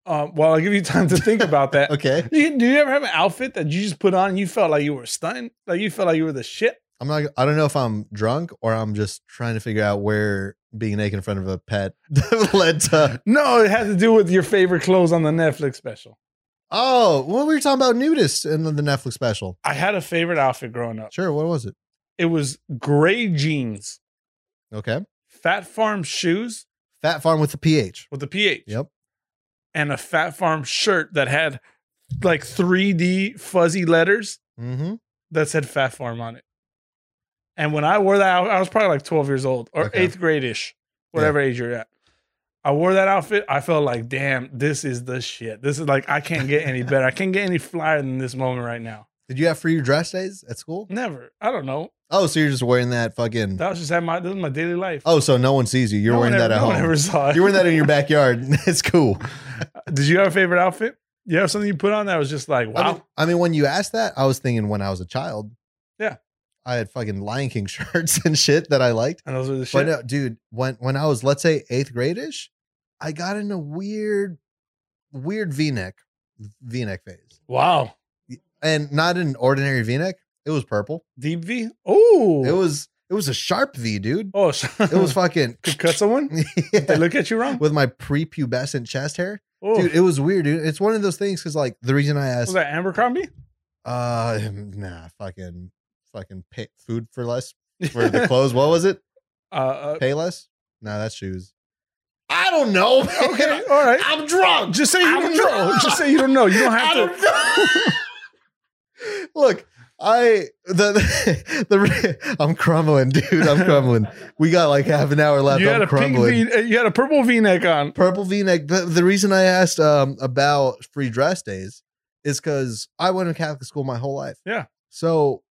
S2: Um, well, I'll give you time to think about that.
S1: Okay,
S2: Do you, do you ever have an outfit that you just put on and you felt like you were stunning? Like you felt like you were the shit?
S1: I'm not. I don't know if I'm drunk or I'm just trying to figure out where being naked in front of a pet led to
S2: No, it had to do with your favorite clothes on the Netflix special.
S1: Oh, well, we were talking about nudists in the Netflix special.
S2: I had a favorite outfit growing up.
S1: Sure, what was it?
S2: It was gray jeans,
S1: Okay.
S2: fat farm shoes
S1: Fat Farm with the PH.
S2: with a PH,
S1: Yep.
S2: and a fat farm shirt that had like 3D fuzzy letters
S1: Mm-hmm.
S2: that said fat farm on it. And when I wore that, out- I was probably like 12 years old or
S1: Okay.
S2: eighth grade ish, whatever age you're at. I wore that outfit. I felt like, damn, this is the shit. This is like, I can't get any better. I can't get any flyer than this moment right now.
S1: Did you have free dress days at school?
S2: Never. I don't know.
S1: Oh, so you're just wearing that fucking.
S2: Mm. That was just at my, this is my daily life.
S1: Oh, so no one sees you. You're
S2: No one
S1: wearing that
S2: ever-
S1: at
S2: no one
S1: home.
S2: ever saw it.
S1: You're wearing that in your backyard. it's cool.
S2: Did you have a favorite outfit? You have something you put on that was just like, wow.
S1: I, mean, I mean, when you asked that, I was thinking when I was a child.
S2: Yeah.
S1: I had fucking Lion King shirts and shit that I liked.
S2: and those were the shit.
S1: But no, dude, when when I was let's say eighth grade-ish, I got in a weird, weird V-neck, V-neck phase.
S2: wow.
S1: and not an ordinary V-neck. It was purple.
S2: Deep V? Oh.
S1: It was it was a sharp V, dude.
S2: oh,
S1: It was fucking
S2: Could cut someone? They look at you wrong?
S1: with my prepubescent chest hair,
S2: Oh.
S1: dude. It was weird, dude. It's one of those things because like the reason I
S2: was
S1: asked,
S2: that Abercrombie?
S1: uh, nah, fucking, fucking pay, food for less for the clothes. what was it?
S2: uh, uh,
S1: Pay less? No, that's shoes. I don't know. man.
S2: okay, all right.
S1: I'm drunk.
S2: Just say you
S1: I'm
S2: don't know.
S1: drunk.
S2: Just say you don't know. You don't have to.
S1: I don't know. Look, I the the re- I'm crumbling, dude. I'm crumbling. We got like half an hour left.
S2: you had
S1: I'm
S2: a pink
S1: crumbling.
S2: V. uh, You had a purple V-neck on.
S1: Purple V-neck. But the reason I asked um, about free dress days is because I went to Catholic school my whole life.
S2: Yeah.
S1: So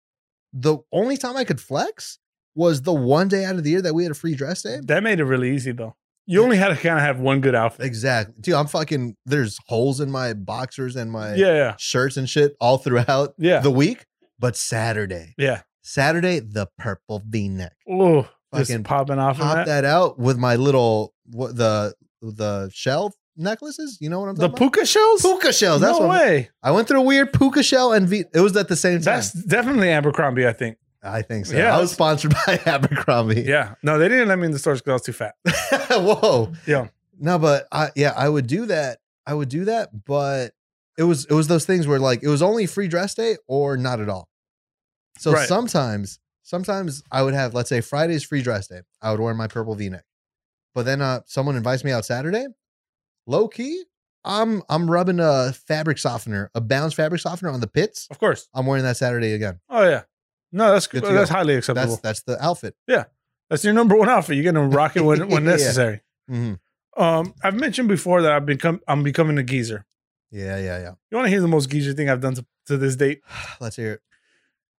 S1: the only time I could flex was the one day out of the year that we had a free dress day.
S2: That made it really easy though. You only had to kind of have one good outfit.
S1: Exactly, dude. I'm fucking. There's holes in my boxers and my
S2: Yeah, yeah,
S1: shirts and shit all throughout
S2: yeah.
S1: the week, but Saturday.
S2: yeah.
S1: Saturday, the purple V neck.
S2: Oh,
S1: Fucking
S2: just popping off
S1: Pop
S2: on that.
S1: that. out with my little what the the shell necklaces. You know what I'm
S2: The
S1: talking about?
S2: puka shells?
S1: Puka shells. That's
S2: no
S1: what I'm-
S2: way.
S1: I went through a weird puka shell and V. It was at the same time.
S2: That's definitely Abercrombie. I think.
S1: I think so.
S2: Yeah,
S1: I was sponsored by Abercrombie.
S2: Yeah. No, they didn't let me in the stores because I was too fat.
S1: Whoa.
S2: Yeah.
S1: No, but I yeah, I would do that. I would do that, but it was it was those things where like it was only free dress day or not at all. So
S2: Right.
S1: sometimes sometimes I would have let's say Friday's free dress day. I would wear my purple V-neck. But then uh someone invites me out Saturday, low key, I'm I'm rubbing a fabric softener, a bounce fabric softener on the pits.
S2: Of course.
S1: I'm wearing that Saturday again.
S2: Oh yeah. No, that's
S1: Good
S2: good.
S1: to
S2: that's
S1: go.
S2: highly acceptable.
S1: That's that's the outfit.
S2: Yeah. That's your number one outfit. You're gonna rock it when, when
S1: Yeah.
S2: necessary.
S1: Mhm.
S2: Um, I've mentioned before that I've become I'm becoming a geezer.
S1: Yeah, yeah, yeah.
S2: You want to hear the most geezer thing I've done to, to this date?
S1: Let's hear it.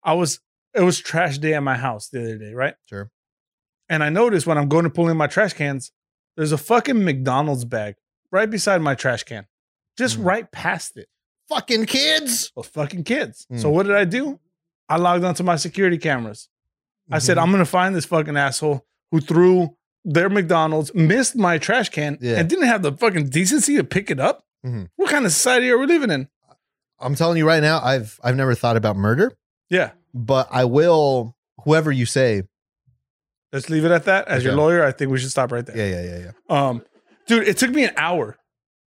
S2: I was it was trash day at my house the other day, right?
S1: Sure.
S2: And I noticed when I'm going to pull in my trash cans, there's a fucking McDonald's bag right beside my trash can, just
S1: Mm.
S2: right past it.
S1: Fucking kids.
S2: Those fucking kids. So
S1: Mm.
S2: what did I do? I logged onto my security cameras. I
S1: Mm-hmm.
S2: said, I'm gonna find this fucking asshole who threw their McDonald's, missed my trash can,
S1: Yeah.
S2: and didn't have the fucking decency to pick it up.
S1: Mhm.
S2: What kind of society are we living in?
S1: I'm telling you right now, I've I've never thought about murder,
S2: Yeah,
S1: but I will. Whoever you say,
S2: let's leave it at that. As your
S1: Okay.
S2: lawyer, I think we should stop right there.
S1: yeah, yeah, yeah, yeah.
S2: Um, dude, it took me an hour.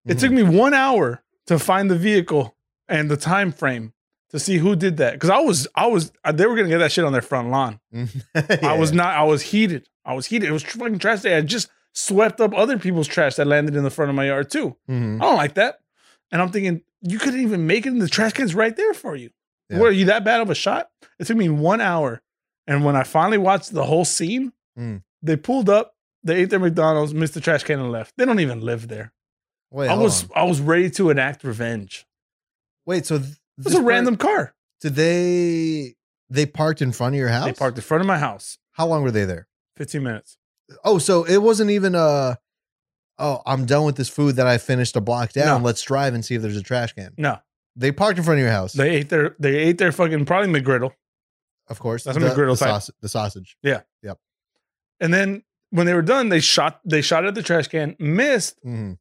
S2: It
S1: Mhm.
S2: took me one hour to find the vehicle and the time frame to see who did that because I was, I was, uh, they were gonna get that shit on their front lawn.
S1: Mm-hmm.
S2: I was not. I was heated. I was heated. It was fucking trash day. I just swept up other people's trash that landed in the front of my yard too.
S1: Mhm.
S2: I don't like that. And I'm thinking, you couldn't even make it in the trash cans right there for you.
S1: Yeah.
S2: What are you that bad of a shot? It took me one hour. And when I finally watched the whole scene,
S1: Mm.
S2: they pulled up, they ate their McDonald's, missed the trash can and left. They don't even live there.
S1: Wait,
S2: I
S1: hold
S2: was
S1: on.
S2: I was ready to enact revenge.
S1: Wait, so th-
S2: It was a random car.
S1: Did they they parked in front of your house?
S2: They parked in front of my house.
S1: How long were they there?
S2: 15 minutes.
S1: Oh, so it wasn't even a. Oh, I'm done with this food that I finished a block down.
S2: No.
S1: Let's drive and see if there's a trash can.
S2: No.
S1: They parked in front of your house,
S2: They ate their they ate their fucking probably McGriddle.
S1: of course.
S2: That's
S1: the,
S2: what McGriddle
S1: the,
S2: type.
S1: sausage, the sausage.
S2: And then when they were done, they shot they shot at the trash can, missed
S1: Mhm.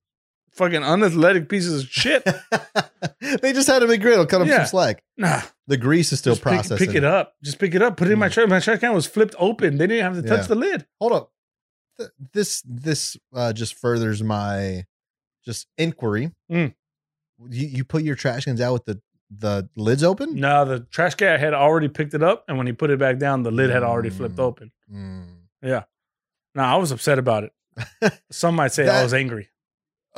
S2: fucking unathletic pieces of shit.
S1: they just had a McGriddle. Cut them
S2: Yeah.
S1: some slack.
S2: nah.
S1: The grease is still
S2: Just pick-
S1: processing.
S2: Pick, it up. Just pick it up. Put it in my
S1: Mm.
S2: trash. My trash can was flipped open. They didn't have to touch
S1: Yeah.
S2: the lid.
S1: Hold up. Th- This this uh, just furthers my just inquiry.
S2: Mm.
S1: You, you put your trash cans out with the the lids open?
S2: No, the trash can had already picked it up, and when he put it back down, the lid had already flipped
S1: Mm.
S2: open.
S1: Mm.
S2: No, I was upset about it. Some might say I
S1: That-
S2: was angry.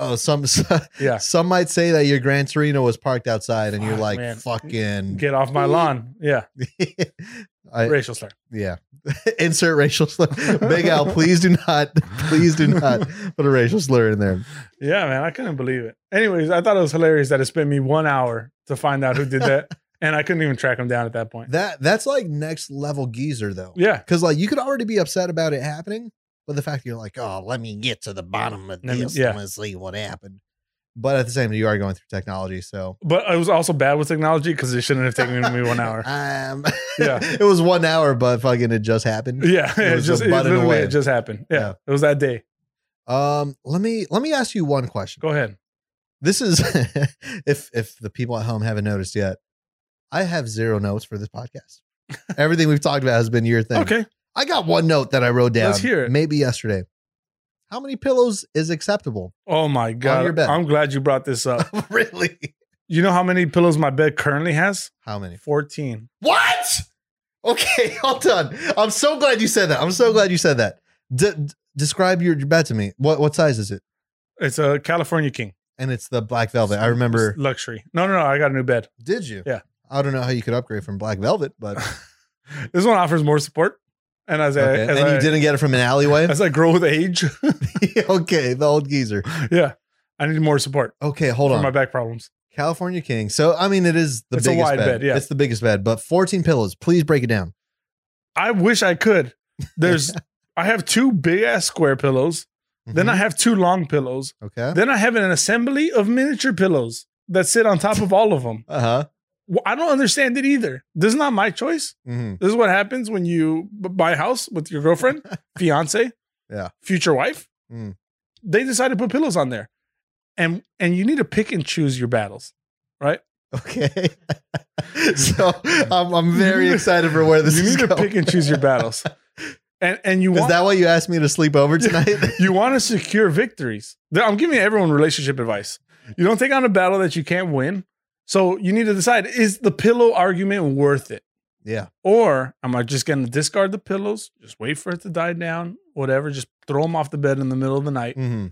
S1: Oh, some
S2: Yeah.
S1: yeah. Some might say that your Gran Torino was parked outside, and you're
S2: Fuck,
S1: like,
S2: man.
S1: fucking.
S2: Get off my lawn. Yeah,
S1: I,
S2: racial slur.
S1: yeah. Insert racial slur. Big Al, please do not, please do not put a racial slur in there.
S2: Yeah, man, I couldn't believe it. Anyways, I thought it was hilarious that it spent me one hour to find out who did that, and I couldn't even track him down at that point.
S1: That that's like next level geezer though,
S2: Yeah,
S1: because like you could already be upset about it happening, but the fact that you're like, oh, let me get to the bottom of
S2: Let me-
S1: this
S2: yeah.
S1: and see what happened. But at the same time, you are going through technology, so
S2: but it was also bad with technology because it shouldn't have taken me one hour.
S1: Um,
S2: Yeah.
S1: it was one hour, but fucking it just happened.
S2: Yeah,
S1: It
S2: it,
S1: was
S2: just
S1: a
S2: it
S1: button
S2: literally
S1: away.
S2: it just happened. yeah,
S1: Yeah.
S2: it was that day.
S1: Um, let me let me ask you one question.
S2: Go ahead.
S1: This is if if the people at home haven't noticed yet, I have zero notes for this podcast. Everything we've talked about has been your thing.
S2: Okay.
S1: I got one note that I wrote down.
S2: Let's hear it.
S1: Maybe yesterday. How many pillows is acceptable?
S2: Oh my god.
S1: your bed.
S2: I'm glad you brought this up.
S1: really?
S2: you know how many pillows my bed currently has?
S1: How many?
S2: 14.
S1: What? Okay, hold on. I'm so glad you said that. I'm so glad you said that. D- d- describe your bed to me. What what size is it?
S2: It's a California King.
S1: And it's the black velvet. I remember.
S2: It's luxury. No, no, no. I got a new bed.
S1: Did you?
S2: Yeah.
S1: I don't know how you could upgrade from black velvet, but
S2: This one offers more support. And as I
S1: Okay.
S2: as
S1: and
S2: I,
S1: you didn't get it from an alleyway.
S2: as I grow with age,
S1: okay, the old geezer.
S2: yeah, I need more support
S1: Okay, hold
S2: for my
S1: on.
S2: back problems.
S1: California King. So I mean, it is the
S2: It's a
S1: biggest
S2: wide
S1: bed.
S2: bed, yeah.
S1: It's the biggest bed, but 14 pillows. Please break it down.
S2: I wish I could. There's I have two big ass square pillows. Then I have two long pillows.
S1: Mhm. Mm-hmm. okay.
S2: Then I have an assembly of miniature pillows that sit on top of all of them.
S1: Uh huh.
S2: Well, I don't understand it either. This is not my choice.
S1: hmm
S2: This is what happens when you b- buy a house with your girlfriend, fiance,
S1: Yeah.
S2: future wife.
S1: Mm.
S2: They decide to put pillows on there, and and you need to pick and choose your battles.
S1: Okay. so I'm, I'm very excited for where this
S2: you
S1: is
S2: need to
S1: going.
S2: pick and choose your battles, and and you
S1: is
S2: want
S1: that why you asked me to sleep over tonight?
S2: you want to secure victories. There- I'm giving everyone relationship advice. You don't take on a battle that you can't win, so you need to decide: is the pillow argument worth it?
S1: yeah.
S2: Or am I just going to discard the pillows, just wait for it to die down, whatever, just throw them off the bed in the middle of the night?
S1: hmm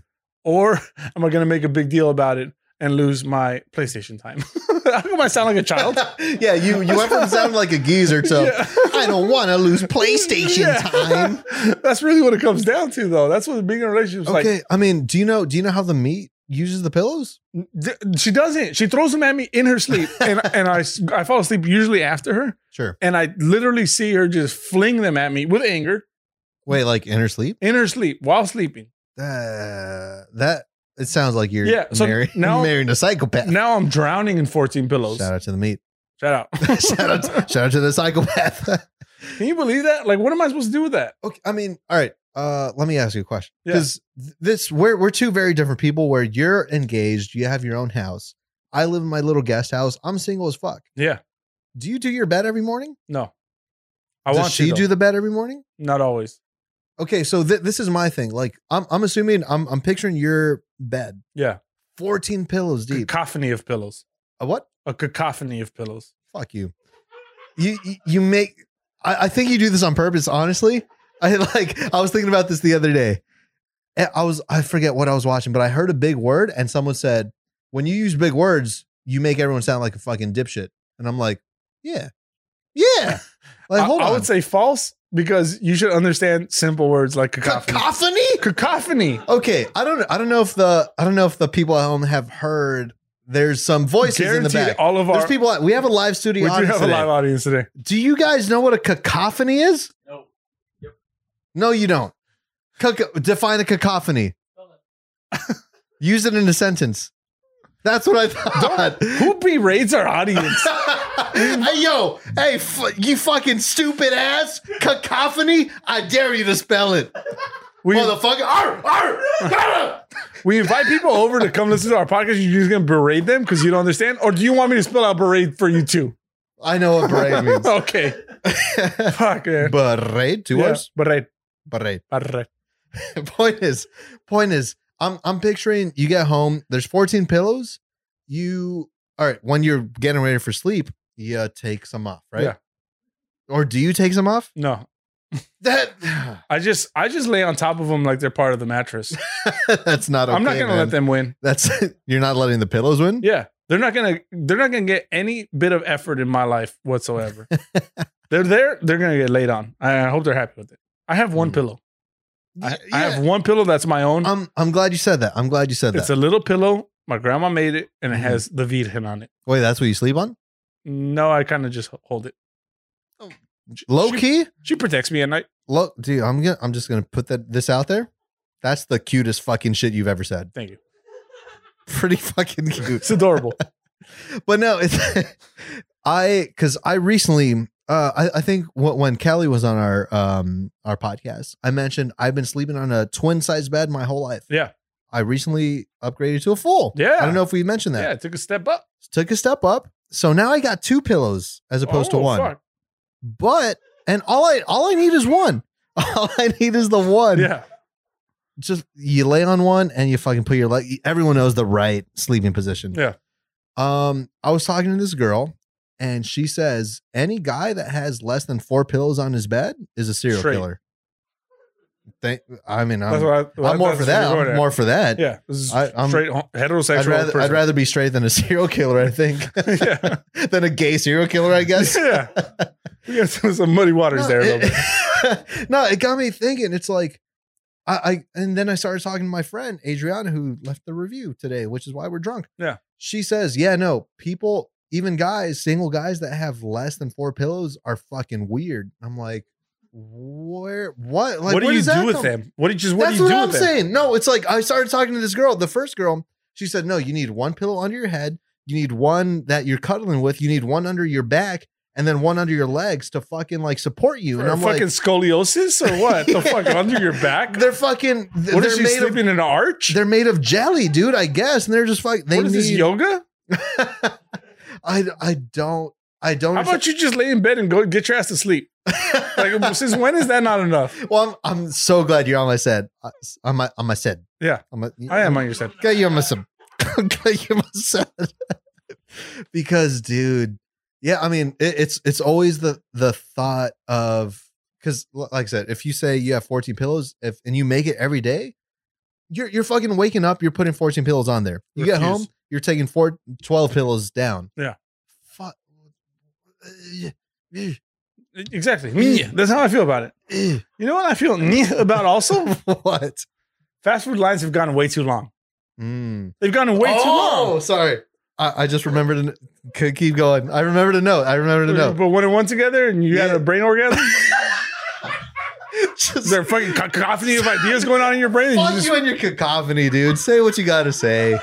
S2: Or am I going to make a big deal about it and lose my PlayStation time. How come I sound like a child?
S1: yeah, you you went from sounding like a geezer to
S2: Yeah.
S1: I don't want to lose PlayStation
S2: Yeah.
S1: time.
S2: That's really what it comes down to, though. That's what being in a relationship is
S1: Okay, I mean, do you know do you know how the meat uses the pillows?
S2: like. D- She doesn't. She throws them at me in her sleep, and and I s- I fall asleep usually after her,
S1: Sure.
S2: and I literally see her just fling them at me with anger
S1: Wait, like inner sleep?
S2: in her sleep while sleeping.
S1: Uh, that it sounds like you're
S2: Yeah, so
S1: married,
S2: now-
S1: marrying a psychopath.
S2: Now I'm drowning in 14 pillows.
S1: Shout out to the meat.
S2: Shout out.
S1: shout out shout out to the psychopath.
S2: Can you believe that? Like, what am I supposed to do with that?
S1: okay, I mean, all right. Uh, let me ask you a question
S2: Yeah.
S1: because this we're we're two very different people. Where you're engaged, you have your own house. I live in my little guest house. I'm single as fuck.
S2: Yeah.
S1: Do you do your bed every morning?
S2: No. I
S1: Does
S2: want
S1: she
S2: to.
S1: do
S2: Do-
S1: the bed every morning?
S2: Not always.
S1: Okay, so th- this is my thing. Like, I'm I'm assuming I'm I'm picturing your bed,
S2: Yeah.
S1: 14 pillows deep.
S2: Cacophony of pillows.
S1: A what?
S2: A cacophony of pillows.
S1: Fuck you. You you- you make. I, I think you do this on purpose. Honestly, I like. I was thinking about this the other day. And I was I forget what I was watching, but I heard a big word and someone said, "When you use big words, you make everyone sound like a fucking dipshit." And I'm like, "Yeah, yeah." Like,
S2: I-
S1: hold
S2: I,
S1: on.
S2: would say false because you should understand simple words like cacophony.
S1: cacophony.
S2: cacophony.
S1: Okay, I don't. I don't know if the. I don't know if the people at home have heard. There's some voices
S2: Guaranteed
S1: in the back.
S2: all of
S1: There's
S2: our.
S1: people. At, we have a live
S2: we
S1: studio.
S2: do
S1: audience
S2: have a
S1: today.
S2: live audience today.
S1: Do you guys know what a cacophony is? No. No, you don't. Caco- define a cacophony. Use it in a sentence. That's what I thought.
S2: Who berates our audience?
S1: hey, yo, hey, f- you fucking stupid ass cacophony. I dare you to spell it,
S2: We,
S1: motherfucker. Arr, arr, arr.
S2: we invite people over to come listen to our podcast. You're just going to berate them because you don't understand? Or do you want me to spell out berate for you too?
S1: I know what beret means.
S2: okay. Fuck, man.
S1: beret, two
S2: Yeah,
S1: words.
S2: Berate.
S1: Beret.
S2: Berate.
S1: point is, point is, I'm I'm picturing you get home. There's 14 pillows. You all right when you're getting ready for sleep. You take some off, right?
S2: Yeah.
S1: Or do you take some off?
S2: No,
S1: That
S2: I just I just lay on top of them like they're part of the mattress.
S1: that's not okay.
S2: I'm not gonna
S1: man.
S2: let them win.
S1: That's you're not letting the pillows win.
S2: Yeah, they're not gonna they're not gonna get any bit of effort in my life whatsoever. they're there. They're gonna get laid on. I, I hope they're happy with it. I have one
S1: Mm.
S2: pillow. I, I
S1: Yeah.
S2: have one pillow that's my own.
S1: I'm I'm glad you said that. I'm glad you said
S2: it's
S1: that.
S2: a little pillow. My grandma made it, and it
S1: Mhm.
S2: has the Virgen on it.
S1: Wait, that's what you sleep on?
S2: No, I kind of just hold it.
S1: Oh, Low
S2: she-
S1: key,
S2: She protects me at night.
S1: low dude. I'm gonna I'm just gonna put that this out there. That's the cutest fucking shit you've ever said.
S2: Thank you.
S1: Pretty fucking cute.
S2: It's adorable.
S1: but no, it's I because I recently, uh, I, I think wh- when Kelly was on our um our podcast, I mentioned I've been sleeping on a twin size bed my whole life.
S2: Yeah.
S1: I recently upgraded to a full.
S2: Yeah.
S1: I don't know if we mentioned that.
S2: yeah, it took a step up
S1: Took a step up, so now I got two pillows as opposed
S2: Oh,
S1: to one.
S2: fuck.
S1: But and all I all I need is one. All I need is the one.
S2: Yeah,
S1: Just you lay on one and you fucking put your leg. Everyone knows the right sleeping position.
S2: yeah.
S1: Um, I was talking to this girl, and she says any guy that has less than four pillows on his bed is a serial
S2: Straight.
S1: killer. Thank, I mean,
S2: That's
S1: I'm,
S2: what I,
S1: I'm more for that. I'm more for that.
S2: Yeah, this is
S1: I- I'm-
S2: straight hom- heterosexual.
S1: I'd rather I'd
S2: person.
S1: rather be straight than a serial killer, I think,
S2: yeah,
S1: than a gay serial killer, I guess.
S2: yeah. We got some, some muddy waters
S1: No,
S2: there a little bit.
S1: it, no, it got me thinking. It's like I, I and then I started talking to my friend Adriana who left the review today, which is why we're drunk.
S2: Yeah.
S1: She says, Yeah, no, people, even guys, single guys that have less than four pillows are fucking weird. I'm like, where what like
S2: what do
S1: where
S2: you
S1: does that
S2: do with
S1: come-
S2: them? What do you just what
S1: That's
S2: do
S1: what
S2: you do
S1: I'm
S2: with them?
S1: saying. No, it's like I started talking to this girl, the first girl. She said, No, you need one pillow under your head. You need one that you're cuddling with. You need one under your back and then one under your legs to fucking like support you. And
S2: Or
S1: I'm
S2: fucking
S1: like,
S2: scoliosis or what? The fuck
S1: Yeah.
S2: under your back?
S1: they're fucking, th-
S2: what
S1: they're
S2: is she
S1: made
S2: sleeping
S1: of,
S2: in an arch?
S1: they're made of jelly, dude, I guess. And they're just like, they
S2: what is this
S1: need,
S2: yoga?
S1: I, I don't, I don't.
S2: How about you just lay in bed and go get your ass to sleep?
S1: understand.
S2: Like since when is that not enough?
S1: well, I'm, I'm so glad you're on my set. I- On my, on my set.
S2: Yeah.
S1: On my,
S2: I am on your side.
S1: Got you myself. Got you myself. because, dude, yeah, I mean, it, it's it's always the the thought of because, like I said, if you say you have 14 pillows, if and you make it every day, you're you're fucking waking up. You're putting 14 pillows on there. You get
S2: Refuse.
S1: home, you're taking four, 12 pillows down.
S2: Yeah.
S1: Fuck.
S2: Exactly. Yeah. That's how I feel about it. You know what I feel meh about also?
S1: what?
S2: Fast food lines have gone way too long.
S1: Mm.
S2: They've gone way
S1: Oh, Sorry. I, I just remembered. An, could keep going. I remembered a note. I remembered
S2: too
S1: a
S2: long.
S1: note.
S2: But when it went together and you had
S1: Yeah.
S2: a brain orgasm,
S1: Just
S2: there's fucking cacophony of ideas going on in your brain. and you
S1: fuck
S2: just-
S1: you and your cacophony, dude. Say what you got to say.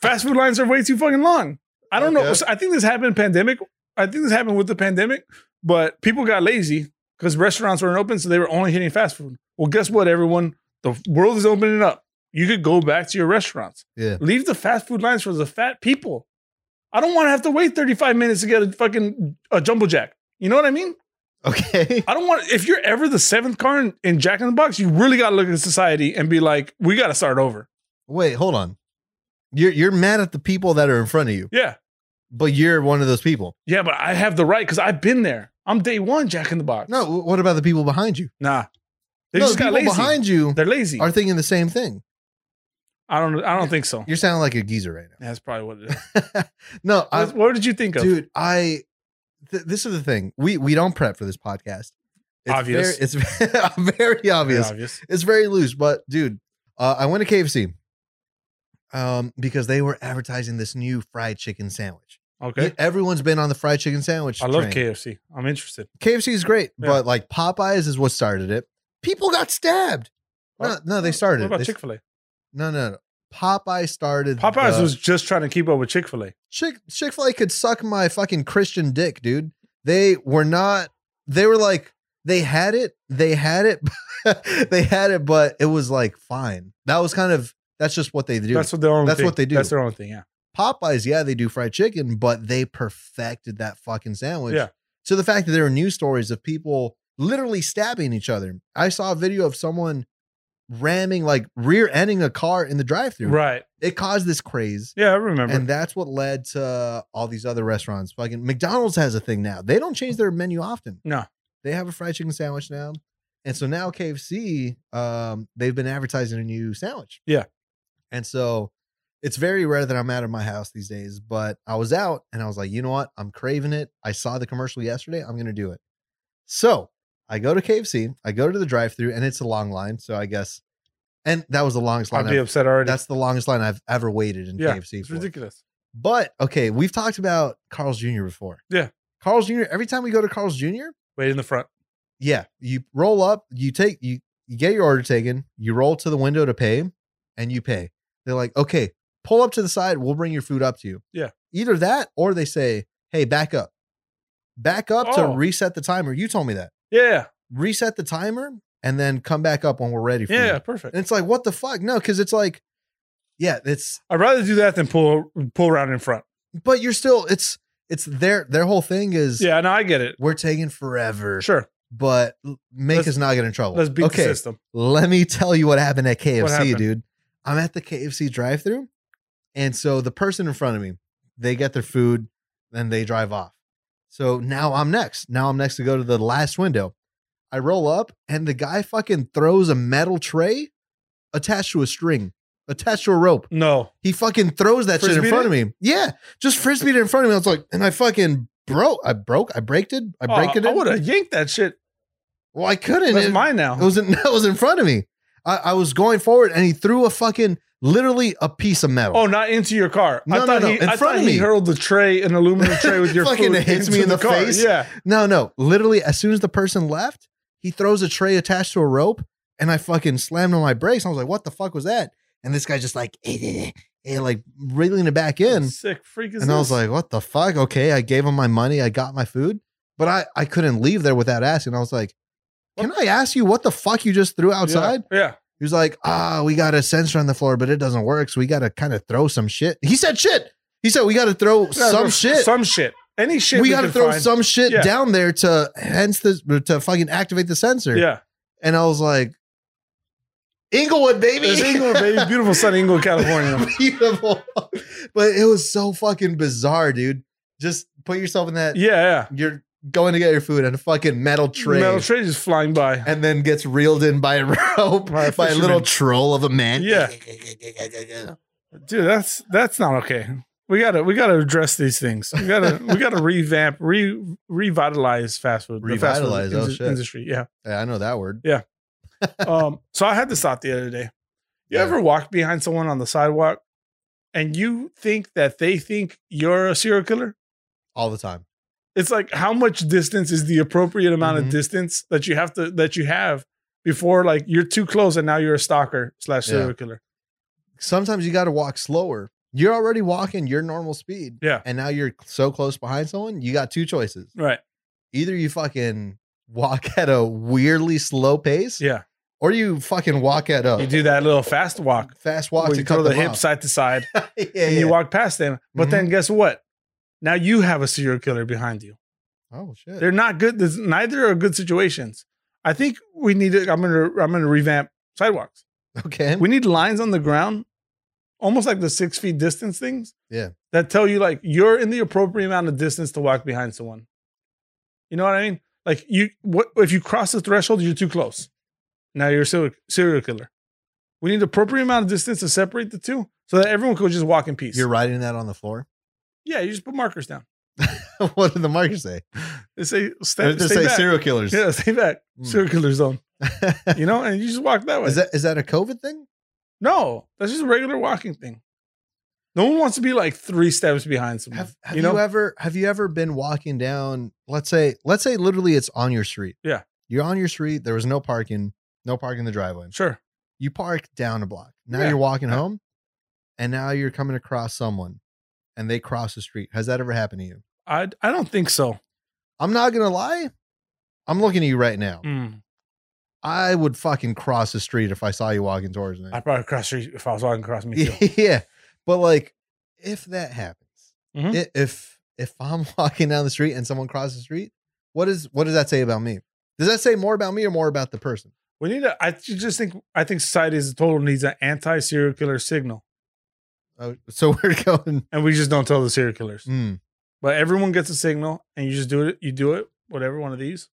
S2: fast food lines are way too fucking long. I don't know.
S1: Okay.
S2: So I think this happened pandemic. I think this happened with the pandemic, but people got lazy because restaurants weren't open, so they were only hitting fast food. Well, guess what, everyone? The world is opening up. You could go back to your restaurants.
S1: Yeah.
S2: Leave the fast food lines for the fat people. I don't want to have to wait 35 minutes to get a fucking a jumbo jack. You know what I mean?
S1: Okay.
S2: I don't want if you're ever the seventh car in, in Jack in the Box, you really gotta look at society and be like, we gotta start over.
S1: Wait, hold on. You're you're mad at the people that are in front of you,
S2: Yeah.
S1: but you're one of those people.
S2: Yeah, but I have the right because I've been there. I'm day one Jack in the Box.
S1: No, wh- what about the people behind you?
S2: nah, they
S1: no,
S2: just
S1: the
S2: got
S1: people
S2: lazy.
S1: behind you
S2: They're lazy.
S1: are thinking the same thing.
S2: I don't. I don't think so.
S1: You're sounding like a geezer right
S2: That's probably what it is.
S1: now. no, I,
S2: What- what did you think of?
S1: dude, I. Th- this is the thing. We we don't prep for this podcast. It's Very,
S2: Obvious.
S1: it's very
S2: Very
S1: obvious.
S2: obvious.
S1: It's very loose, but dude, uh, I went to KFC um, because they were advertising this new fried chicken sandwich.
S2: Okay.
S1: Everyone's been on the fried chicken sandwich.
S2: I love
S1: train.
S2: KFC. I'm interested.
S1: KFC is great,
S2: Yeah.
S1: but like Popeyes is what started it. People got stabbed. No,
S2: What-
S1: no, they started.
S2: What
S1: it.
S2: about
S1: They-
S2: Chick Fil A?
S1: no, no, no. Popeye started. uh,
S2: Popeyes
S1: the-
S2: was just trying to keep up with Chick Fil A.
S1: Chick Chick Fil A could suck my fucking Christian dick, dude. They were not. They were like they had it. They had it. they had it, but it was like fine. That was kind of that's just what they do.
S2: That's what their own.
S1: That's
S2: thing-
S1: what they do.
S2: That's their own thing. Yeah.
S1: Popeyes, yeah, they do fried chicken, but they perfected that fucking sandwich.
S2: Yeah.
S1: To the fact that there are news stories of people literally stabbing each other. I saw a video of someone ramming, like rear ending a car in the drive through.
S2: Right.
S1: It caused this craze.
S2: Yeah, I remember.
S1: And that's what led to all these other restaurants. Fucking McDonald's has a thing now. They don't change their menu often.
S2: No.
S1: They have a fried chicken sandwich now. And so now KFC, um, they've been advertising a new sandwich.
S2: Yeah.
S1: And so it's very rare that I'm out of my house these days, but I was out and I was like, you know what? I'm craving it. I saw the commercial yesterday. I'm going to do it. So I go to KFC, I go to the drive through, and it's a long line. So I guess, and that was the longest line.
S2: I'd be
S1: I've,
S2: upset already.
S1: that's the longest line I've ever waited in
S2: Yeah,
S1: KFC.
S2: it's
S1: for.
S2: ridiculous.
S1: But okay, we've talked about Carl's Jr. before.
S2: Yeah.
S1: Carl's Jr. Every time we go to Carl's Jr.,
S2: Wait in the front.
S1: yeah, you roll up, you take you you get your order taken, you roll to the window to pay, and you pay. They're like, okay, pull up to the side, we'll bring your food up to you.
S2: Yeah.
S1: Either that or they say, hey, back up. Back up
S2: Oh.
S1: to reset the timer. You told me that.
S2: Yeah.
S1: Reset the timer and then come back up when we're ready for
S2: Yeah.
S1: you.
S2: Perfect.
S1: And it's like, what the fuck? No, because it's like, yeah, it's
S2: I'd rather do that than pull pull around in front.
S1: but you're still it's it's their their whole thing is
S2: Yeah. No, I get it.
S1: we're taking forever,
S2: Sure.
S1: but l- make
S2: Let's-
S1: us not get in trouble.
S2: Let's beat
S1: okay,
S2: the system.
S1: let me tell you what happened at KFC,
S2: happened?
S1: dude. I'm at the KFC drive-through, and so the person in front of me, they get their food, then they drive off. So now I'm next. Now I'm next to go to the last window. I roll up, and the guy fucking throws a metal tray attached to a string, attached to a rope.
S2: No.
S1: He fucking throws that shit in
S2: Frisbeed
S1: front of me. Yeah, just frisbeed it in front of me. I was like, and I fucking broke. I broke. I braked it. I
S2: Oh,
S1: braked it.
S2: I would have yanked that shit.
S1: Well, I couldn't.
S2: That's
S1: it,
S2: mine now.
S1: it was in, that was in front of me. I, I was going forward, and he threw a fucking literally a piece of metal.
S2: oh, not into your car.
S1: No,
S2: I thought
S1: no, no,
S2: he,
S1: in
S2: I
S1: front
S2: thought
S1: of
S2: he
S1: me.
S2: hurled the tray, an aluminum tray with your
S1: Fucking
S2: food
S1: hits me
S2: into
S1: in the face.
S2: Yeah.
S1: No, no. Literally, as soon as the person left, he throws a tray attached to a rope, and I fucking slammed on my brakes. I was like, what the fuck was that? And this guy just like, and like reeling it back in.
S2: Sick freak is
S1: and I was
S2: this?
S1: like, "What the fuck?" Okay, I gave him my money, I got my food, but I I couldn't leave there without asking. I was like, "Can I ask you what the fuck you just threw outside?"
S2: Yeah. yeah.
S1: He was like, "Ah, we got a sensor on the floor, but it doesn't work, so we got to kind of throw some shit." He said, "Shit." He said, "We got to throw
S2: Yeah,
S1: some
S2: no,
S1: shit.
S2: Some shit. Any shit.
S1: we got to
S2: could
S1: throw
S2: find.
S1: some shit
S2: Yeah.
S1: down there to hence this to fucking activate the sensor."
S2: Yeah.
S1: And I was like, "Inglewood, baby."
S2: There's Inglewood, baby. Beautiful sun, Inglewood, California.
S1: Beautiful. but it was so fucking bizarre, dude. Just put yourself in that
S2: Yeah.
S1: you're going to get your food and a fucking metal
S2: Yeah.
S1: tray
S2: Metal tray just flying by.
S1: and then gets reeled in by a rope
S2: By
S1: by, a
S2: a
S1: little
S2: fisherman.
S1: troll of a man.
S2: Yeah. dude that's that's not okay we gotta we gotta address these things we gotta we gotta revamp re revitalize fast food the fast food
S1: Revitalize, oh,
S2: indus-
S1: shit.
S2: industry yeah
S1: Yeah, I know that word.
S2: um so i had this thought the other day you
S1: Yeah.
S2: ever walk behind someone on the sidewalk and you think that they think you're a serial killer
S1: All the time.
S2: it's like how much distance is the appropriate amount
S1: Mhm.
S2: of distance that you have to that you have before like you're too close and now you're a stalker slash
S1: Yeah.
S2: serial killer
S1: Sometimes you got to walk slower. You're already walking your normal speed.
S2: Yeah.
S1: And now you're so close behind someone, you got two choices.
S2: right
S1: Either you fucking walk at a weirdly slow pace,
S2: yeah
S1: or you fucking walk at a
S2: you do that little fast walk
S1: fast walk
S2: where
S1: to
S2: you
S1: cut
S2: throw the
S1: them
S2: hip
S1: off.
S2: side to side
S1: yeah,
S2: and
S1: yeah. Mm-hmm.
S2: you walk past them. But then guess what? Now you have a serial killer behind you.
S1: oh shit.
S2: They're not good. This, neither are good situations. I think we need to. I'm gonna. I'm gonna revamp sidewalks.
S1: okay.
S2: We need lines on the ground, almost like the six feet distance things.
S1: Yeah.
S2: That tell you like you're in the appropriate amount of distance to walk behind someone. You know what I mean? Like you, what if you cross the threshold? You're too close. Now you're a serial, serial killer. We need appropriate amount of distance to separate the two, so that everyone could just walk in peace.
S1: You're writing that on the floor.
S2: Yeah, you just put markers down.
S1: what did the marker say?
S2: They say
S1: They
S2: stay,
S1: just
S2: stay
S1: say
S2: back.
S1: serial killers.
S2: Yeah, stay back.
S1: Mm.
S2: Serial killer zone. You know, and you just walk that way.
S1: is that is that a COVID thing?
S2: no, that's just a regular walking thing. No one wants to be like three steps behind someone.
S1: Have, have
S2: Mm, you
S1: you,
S2: know,
S1: ever have you ever been walking down? Let's say let's say literally it's on your street.
S2: Yeah.
S1: you're on your street. There was no parking, no parking in the driveway.
S2: sure.
S1: You park down a block. Now
S2: Yeah.
S1: you're walking
S2: Yeah.
S1: home, and now you're coming across someone, and they cross the street. Has that ever happened to you?
S2: I I don't think so.
S1: I'm not gonna lie. I'm looking at you right now.
S2: Mm.
S1: I would fucking cross the street if I saw you walking towards me.
S2: I'd probably cross the- if I was walking across me too.
S1: yeah but like if that happens
S2: Mhm.
S1: i- if if i'm walking down the street and someone crosses the street what is what does that say about me does that say more about me or more about the person
S2: We need to. I ju- just think. I think society as a total needs an anti serial killer signal,
S1: oh, so we're going
S2: and we just don't tell the serial killers.
S1: hmm,
S2: But everyone gets a signal, and you just do it. You do it. Whatever one of these.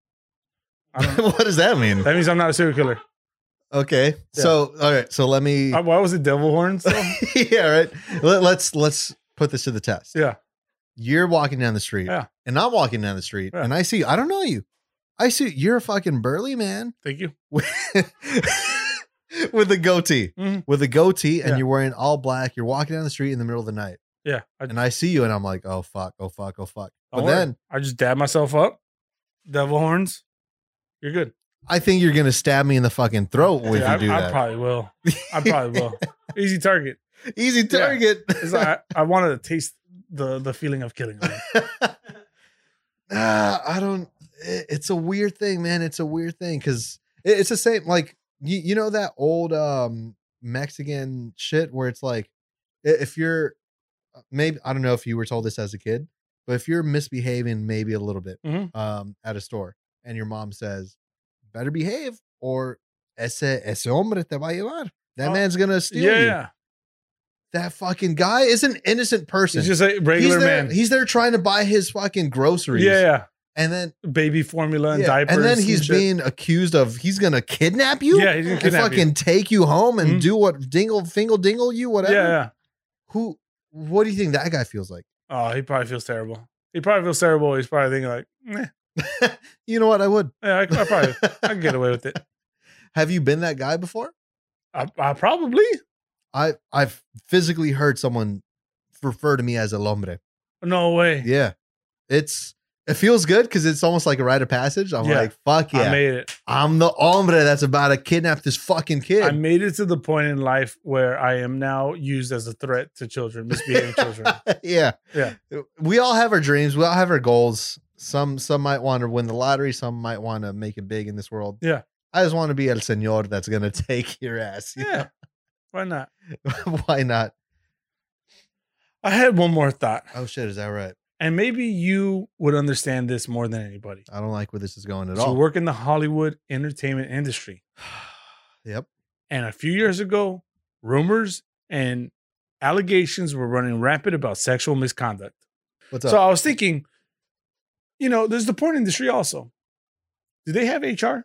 S2: I don't know.
S1: what does that mean
S2: that means I'm not a serial killer.
S1: okay so all right so let me
S2: Uh, why was it devil horns? though?
S1: yeah all right Let, let's let's put this to the test
S2: Yeah.
S1: you're walking down the street
S2: Yeah.
S1: and i'm walking down the street
S2: Yeah.
S1: and i see i don't know you i see you're a fucking burly man
S2: Thank you.
S1: with, with a goatee
S2: Mhm.
S1: with a goatee and
S2: Yeah.
S1: you're wearing all black. You're walking down the street in the middle of the night,
S2: Yeah. I,
S1: and I see you, and I'm like, oh fuck, oh fuck, oh fuck.
S2: don't
S1: But
S2: worry.
S1: then
S2: I just dab myself up. Devil horns. You're good.
S1: I think you're gonna stab me in the fucking throat when
S2: Dude,
S1: you
S2: I,
S1: do
S2: I
S1: that.
S2: probably will. I probably will. Easy target.
S1: Easy target.
S2: It's like I, I wanted to taste the the feeling of killing. man.
S1: Ah, I don't. it- It's a weird thing, man. It's a weird thing because it's the same. Like you, you know that old um Mexican shit where it's like, i- if you're uh, maybe I don't know if you were told this as a kid, but if you're misbehaving maybe a little bit
S2: Mhm.
S1: um at a store and your mom says, "Better behave," or "Ese ese hombre te va a llevar." That
S2: Oh,
S1: man's gonna steal
S2: yeah,
S1: you.
S2: yeah.
S1: That fucking guy is an innocent person.
S2: He's just a regular
S1: he's there,
S2: man.
S1: He's there trying to buy his fucking groceries.
S2: yeah, yeah.
S1: And then
S2: Baby formula and
S1: yeah,
S2: diapers.
S1: and then he's
S2: shit.
S1: being accused of he's gonna kidnap you
S2: Yeah, he's gonna
S1: and
S2: kidnap
S1: fucking take you home and
S2: Mhm.
S1: do what dingle fingle dingle you,
S2: you. Yeah,
S1: whatever.
S2: yeah.
S1: Who what do you think that guy feels like?
S2: Oh, he probably feels terrible. He probably feels terrible. He's probably thinking like, "Meh,
S1: You know what? I would.
S2: yeah, I, I probably I can get away with it.
S1: Have you been that guy before?
S2: I, I probably
S1: I I've physically heard someone refer to me as el hombre.
S2: no way.
S1: Yeah. It's it feels good because it's almost like a rite of passage. I'm
S2: Yeah.
S1: like, fuck yeah.
S2: I made it.
S1: I'm the hombre that's about to kidnap this fucking kid.
S2: I made it to the point in life where I am now used as a threat to children, misbehaving children.
S1: yeah.
S2: Yeah.
S1: We all have our dreams. We all have our goals. Some some might want to win the lottery. Some might want to make it big in this world.
S2: Yeah.
S1: I just want to be El Señor that's gonna take your ass. you
S2: Yeah. Why not?
S1: know? Why not?
S2: I had one more thought,
S1: Oh shit, is that right?
S2: and maybe you would understand this more than anybody.
S1: I don't like where this is going at
S2: So you
S1: all.
S2: work in the Hollywood entertainment industry.
S1: yep.
S2: And a few years ago, rumors and allegations were running rampant about sexual misconduct.
S1: What's
S2: So,
S1: up?
S2: I was thinking, you know, there's the porn industry also. Do they have HR?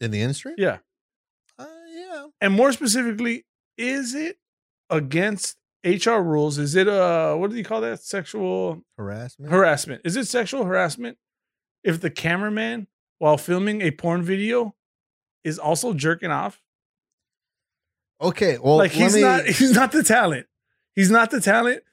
S1: in the industry?
S2: Yeah.
S1: Uh, yeah.
S2: And more specifically, is it against HR rules. Is it uh what do you call that? Sexual
S1: Harassment.
S2: harassment. Is it sexual harassment if the cameraman while filming a porn video is also jerking off?
S1: okay. Well, let
S2: like he's
S1: me-
S2: not he's not the talent. He's not the talent.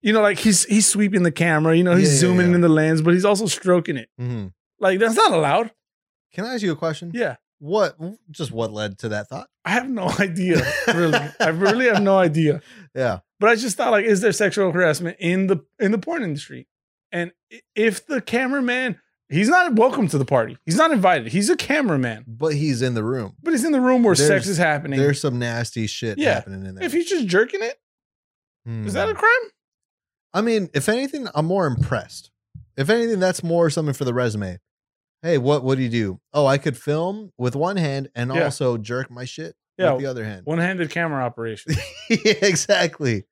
S2: You know, like he's he's sweeping the camera, you know, he's
S1: Yeah, yeah,
S2: zooming
S1: yeah.
S2: in the lens, but he's also stroking it.
S1: Mhm.
S2: Like that's not allowed.
S1: Mm-hmm. Can I ask you a question?
S2: Yeah.
S1: What? Just what led to that thought?
S2: I have no idea. Really. I really have no idea.
S1: Yeah.
S2: But I just thought like, is there sexual harassment in the in the porn industry? And i- if the cameraman, he's not welcome to the party. He's not invited. He's a cameraman,
S1: But he's in the room.
S2: but he's in the room where sex
S1: There's-
S2: is happening.
S1: There's some nasty shit
S2: Yeah.
S1: happening in there.
S2: If he's just jerking it,
S1: Hmm.
S2: is that a crime?
S1: I mean, if anything, I'm more impressed. If anything, that's more something for the resume. Hey, what what do you do? Oh, I could film with one hand and
S2: Yeah.
S1: also jerk my shit with the
S2: Yeah,
S1: other hand.
S2: one-handed camera operation.
S1: yeah, exactly.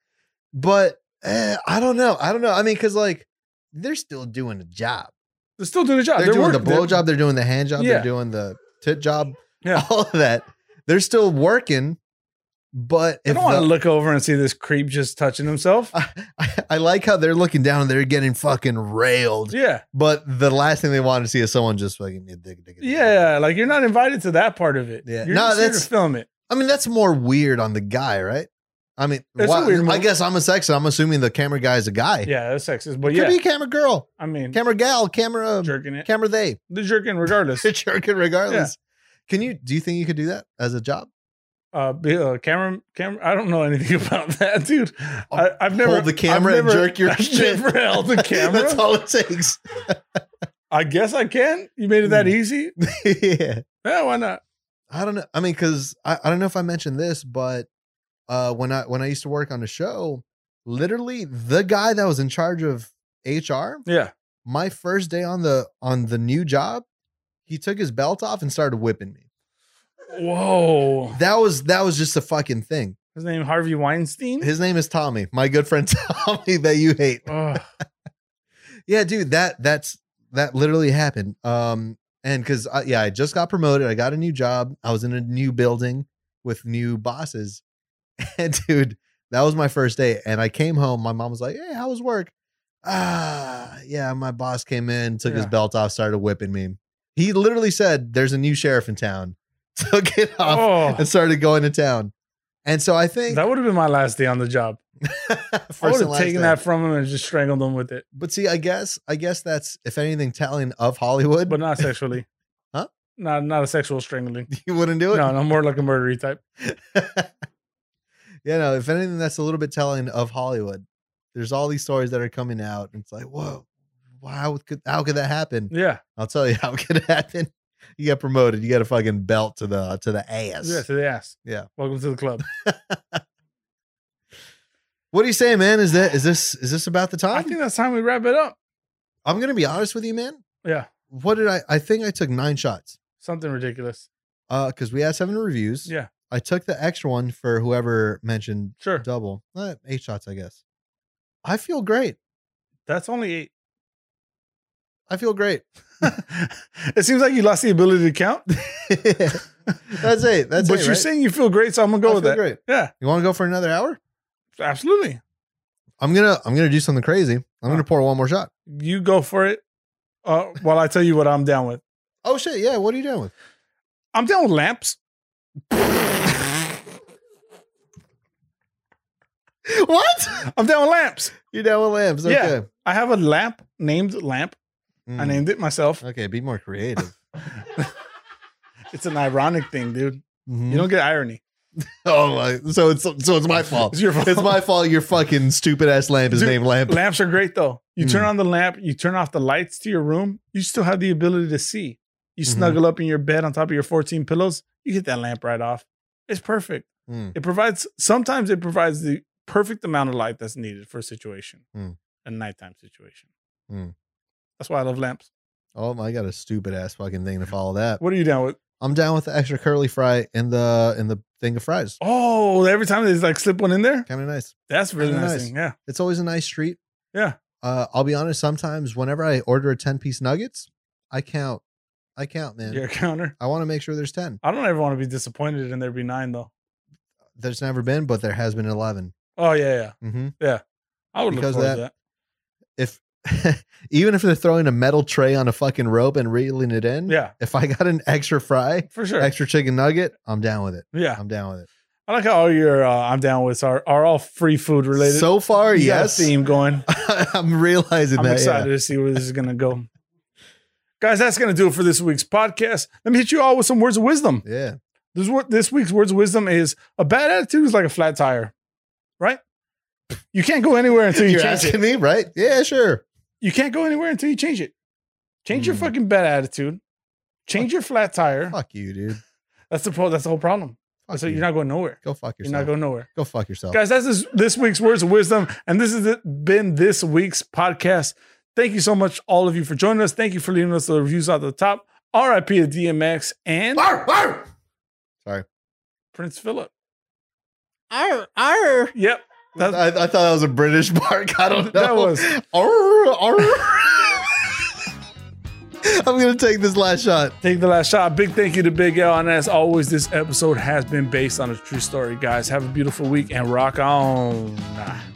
S1: But eh, I don't know. I don't know. I mean, because like they're still doing the job.
S2: They're still doing a job.
S1: They're, doing the
S2: working.
S1: blowjob. They're doing the hand job.
S2: Yeah.
S1: They're doing the tit job.
S2: Yeah.
S1: All of that. They're still working. But
S2: I
S1: if
S2: don't want to
S1: the-
S2: look over and see this creep just touching himself.
S1: I, I- I like how they're looking down and they're getting fucking railed.
S2: Yeah,
S1: But the last thing they want to see is someone just fucking dig, dig, dig, dig.
S2: yeah. Like you're not invited to that part of it.
S1: Yeah.
S2: You're
S1: No,
S2: just here to
S1: that's-
S2: film it.
S1: I mean, that's more weird on the guy, right? I mean,
S2: That's a
S1: why-
S2: weird
S1: I
S2: move.
S1: guess I'm a sex. I'm assuming the camera guy is a guy.
S2: Yeah, that's sexist. But
S1: Could
S2: yeah,
S1: be camera girl,
S2: I mean,
S1: camera gal, camera,
S2: jerking it.
S1: camera they.
S2: They're jerking regardless.
S1: They're jerking regardless. Can you? Do you think you could do that as a job?
S2: uh, be- uh camera camera i don't know anything about that dude I, i've never
S1: Oh, Hold the camera
S2: I've
S1: and jerk your
S2: I've
S1: shit.
S2: never held the
S1: that's
S2: camera
S1: all it takes.
S2: i guess i can you made it that
S1: Hmm.
S2: easy
S1: yeah.
S2: yeah why not
S1: I don't know. I mean, because I, I don't know if I mentioned this, but uh, when I when I used to work on the show, literally the guy that was in charge of HR,
S2: yeah
S1: my first day on the on the new job, he took his belt off and started whipping me.
S2: whoa
S1: That was that was just a fucking thing.
S2: his name harvey weinstein
S1: His name is Tommy, my good friend Tommy that you hate.
S2: Ugh.
S1: Yeah, dude, that that's that literally happened. Um, and because I, yeah, I just got promoted. I got a new job. I was in a new building with new bosses, and dude, that was my first day. And I came home. My mom was like, "Hey, how was work?" Ah, yeah, my boss came in, took his
S2: Yeah.
S1: belt off, started whipping me. He literally said, "There's a new sheriff in town." Took it off
S2: oh
S1: and started going to town. And so I think
S2: that would have been my last day on the job i would
S1: and
S2: have
S1: last
S2: taken
S1: day.
S2: that from him and just strangled him with it
S1: But see, I guess I guess that's if anything telling of Hollywood.
S2: but not sexually
S1: Huh?
S2: not not a sexual strangling
S1: you wouldn't do it.
S2: no no more like a murdery type
S1: you know, if anything, that's a little bit telling of Hollywood. There's all these stories that are coming out, and it's like, whoa, how could how could that happen?
S2: yeah
S1: I'll tell you how it could happen. You get promoted, you get a fucking belt to the to the ass.
S2: yeah to the ass
S1: Yeah.
S2: welcome to the club
S1: What do you say, man? Is that is this is this about the
S2: i
S1: time?
S2: think that's time we wrap it up
S1: I'm gonna be honest with you, man.
S2: yeah
S1: What did I? I think I took nine shots.
S2: something ridiculous
S1: Uh, because we had seven reviews.
S2: Yeah.
S1: I took the extra one for whoever mentioned
S2: sure
S1: double. Eh, eight shots, I guess. I feel great.
S2: That's only eight.
S1: I feel great.
S2: it seems like you lost the ability to count.
S1: that's it. That's
S2: but
S1: it.
S2: you're
S1: right?
S2: saying you feel great, so I'm gonna go
S1: I
S2: with
S1: feel
S2: that.
S1: Great.
S2: Yeah,
S1: You want to go for another hour?
S2: absolutely.
S1: I'm gonna I'm gonna do something crazy. I'm
S2: Huh.
S1: gonna pour one more shot.
S2: You go for it. Uh, while I tell you what I'm down with,
S1: Oh shit! Yeah, what are you doing? With?
S2: I'm down with lamps.
S1: What?
S2: I'm down with lamps.
S1: You're down with lambs?
S2: Yeah.
S1: Okay.
S2: I have a lamp named Lamp. I
S1: Mm.
S2: named it myself.
S1: Okay, be more creative.
S2: It's an ironic thing, dude.
S1: Mhm.
S2: You don't get irony.
S1: oh my! So it's so it's my fault.
S2: It's your fault.
S1: It's my fault. Your fucking stupid ass lamp is
S2: Dude,
S1: named lamp.
S2: Lamps are great though. You turn
S1: Mm.
S2: on the lamp, you turn off the lights to your room, you still have the ability to see. You
S1: Mhm.
S2: snuggle up in your bed on top of your 14 pillows, you get that lamp right off. It's perfect.
S1: Mm.
S2: It provides sometimes it provides the perfect amount of light that's needed for a situation,
S1: Mm.
S2: a nighttime situation.
S1: Mm.
S2: That's why I love lamps.
S1: Oh my! I got a stupid ass fucking thing to follow that.
S2: What are you down with?
S1: I'm down with the extra curly fry and the and the thing of fries.
S2: Oh, every time they like slip one in there,
S1: Kind of nice.
S2: that's really
S1: Kinda
S2: nice.
S1: nice.
S2: Thing. Yeah,
S1: It's always a nice treat.
S2: yeah.
S1: Uh, I'll be honest. Sometimes, whenever I order a ten piece nuggets, I count. I count, man.
S2: Your counter.
S1: I want to make sure there's ten.
S2: I don't ever want to be disappointed and there be nine though.
S1: there's never been, but there has been 11.
S2: Oh yeah, yeah.
S1: hmm
S2: I would
S1: Because
S2: look forward
S1: that-
S2: to that.
S1: If even if they're throwing a metal tray on a fucking rope and reeling it in,
S2: Yeah,
S1: if I got an extra fry,
S2: for sure.
S1: extra chicken nugget, I'm down with it.
S2: yeah,
S1: I'm down with it.
S2: I like how all your uh, I'm down with are are all free food related.
S1: So far,
S2: You got a
S1: yes.
S2: theme going.
S1: I'm realizing
S2: I'm
S1: that. yeah.
S2: excited to see where this is gonna go. Guys, that's gonna do it for this week's podcast. Let me hit you all with some words of wisdom.
S1: Yeah.
S2: This what this week's words of wisdom is: a bad attitude is like a flat tire, right? You can't go anywhere until you
S1: You're
S2: change it.
S1: asking me, right? Yeah, sure.
S2: You can't go anywhere until you change it. Change your
S1: Hmm.
S2: fucking bad attitude. Change your flat tire.
S1: Fuck Hmm. you, dude. Fuck
S2: That's the pro- that's the whole problem. So
S1: you.
S2: you're not going nowhere.
S1: go fuck
S2: You're
S1: yourself.
S2: not going nowhere.
S1: go fuck yourself.
S2: Guys, that's this, this week's Words of Wisdom. And this has been this week's podcast. Thank you so much, all of you, for joining us. Thank you for leaving us the reviews out the top. RIP to DMX and
S1: Arr, arr! Sorry.
S2: Prince Philip. Arr, arr. Yep. That's,
S1: I, I thought that was a British bark. I don't know.
S2: That was-
S1: Arr, arr. I'm going to take this last shot.
S2: Take the last shot. Big thank you to Big L. And as always, this episode has been based on a true story, guys. Have a beautiful week and rock on.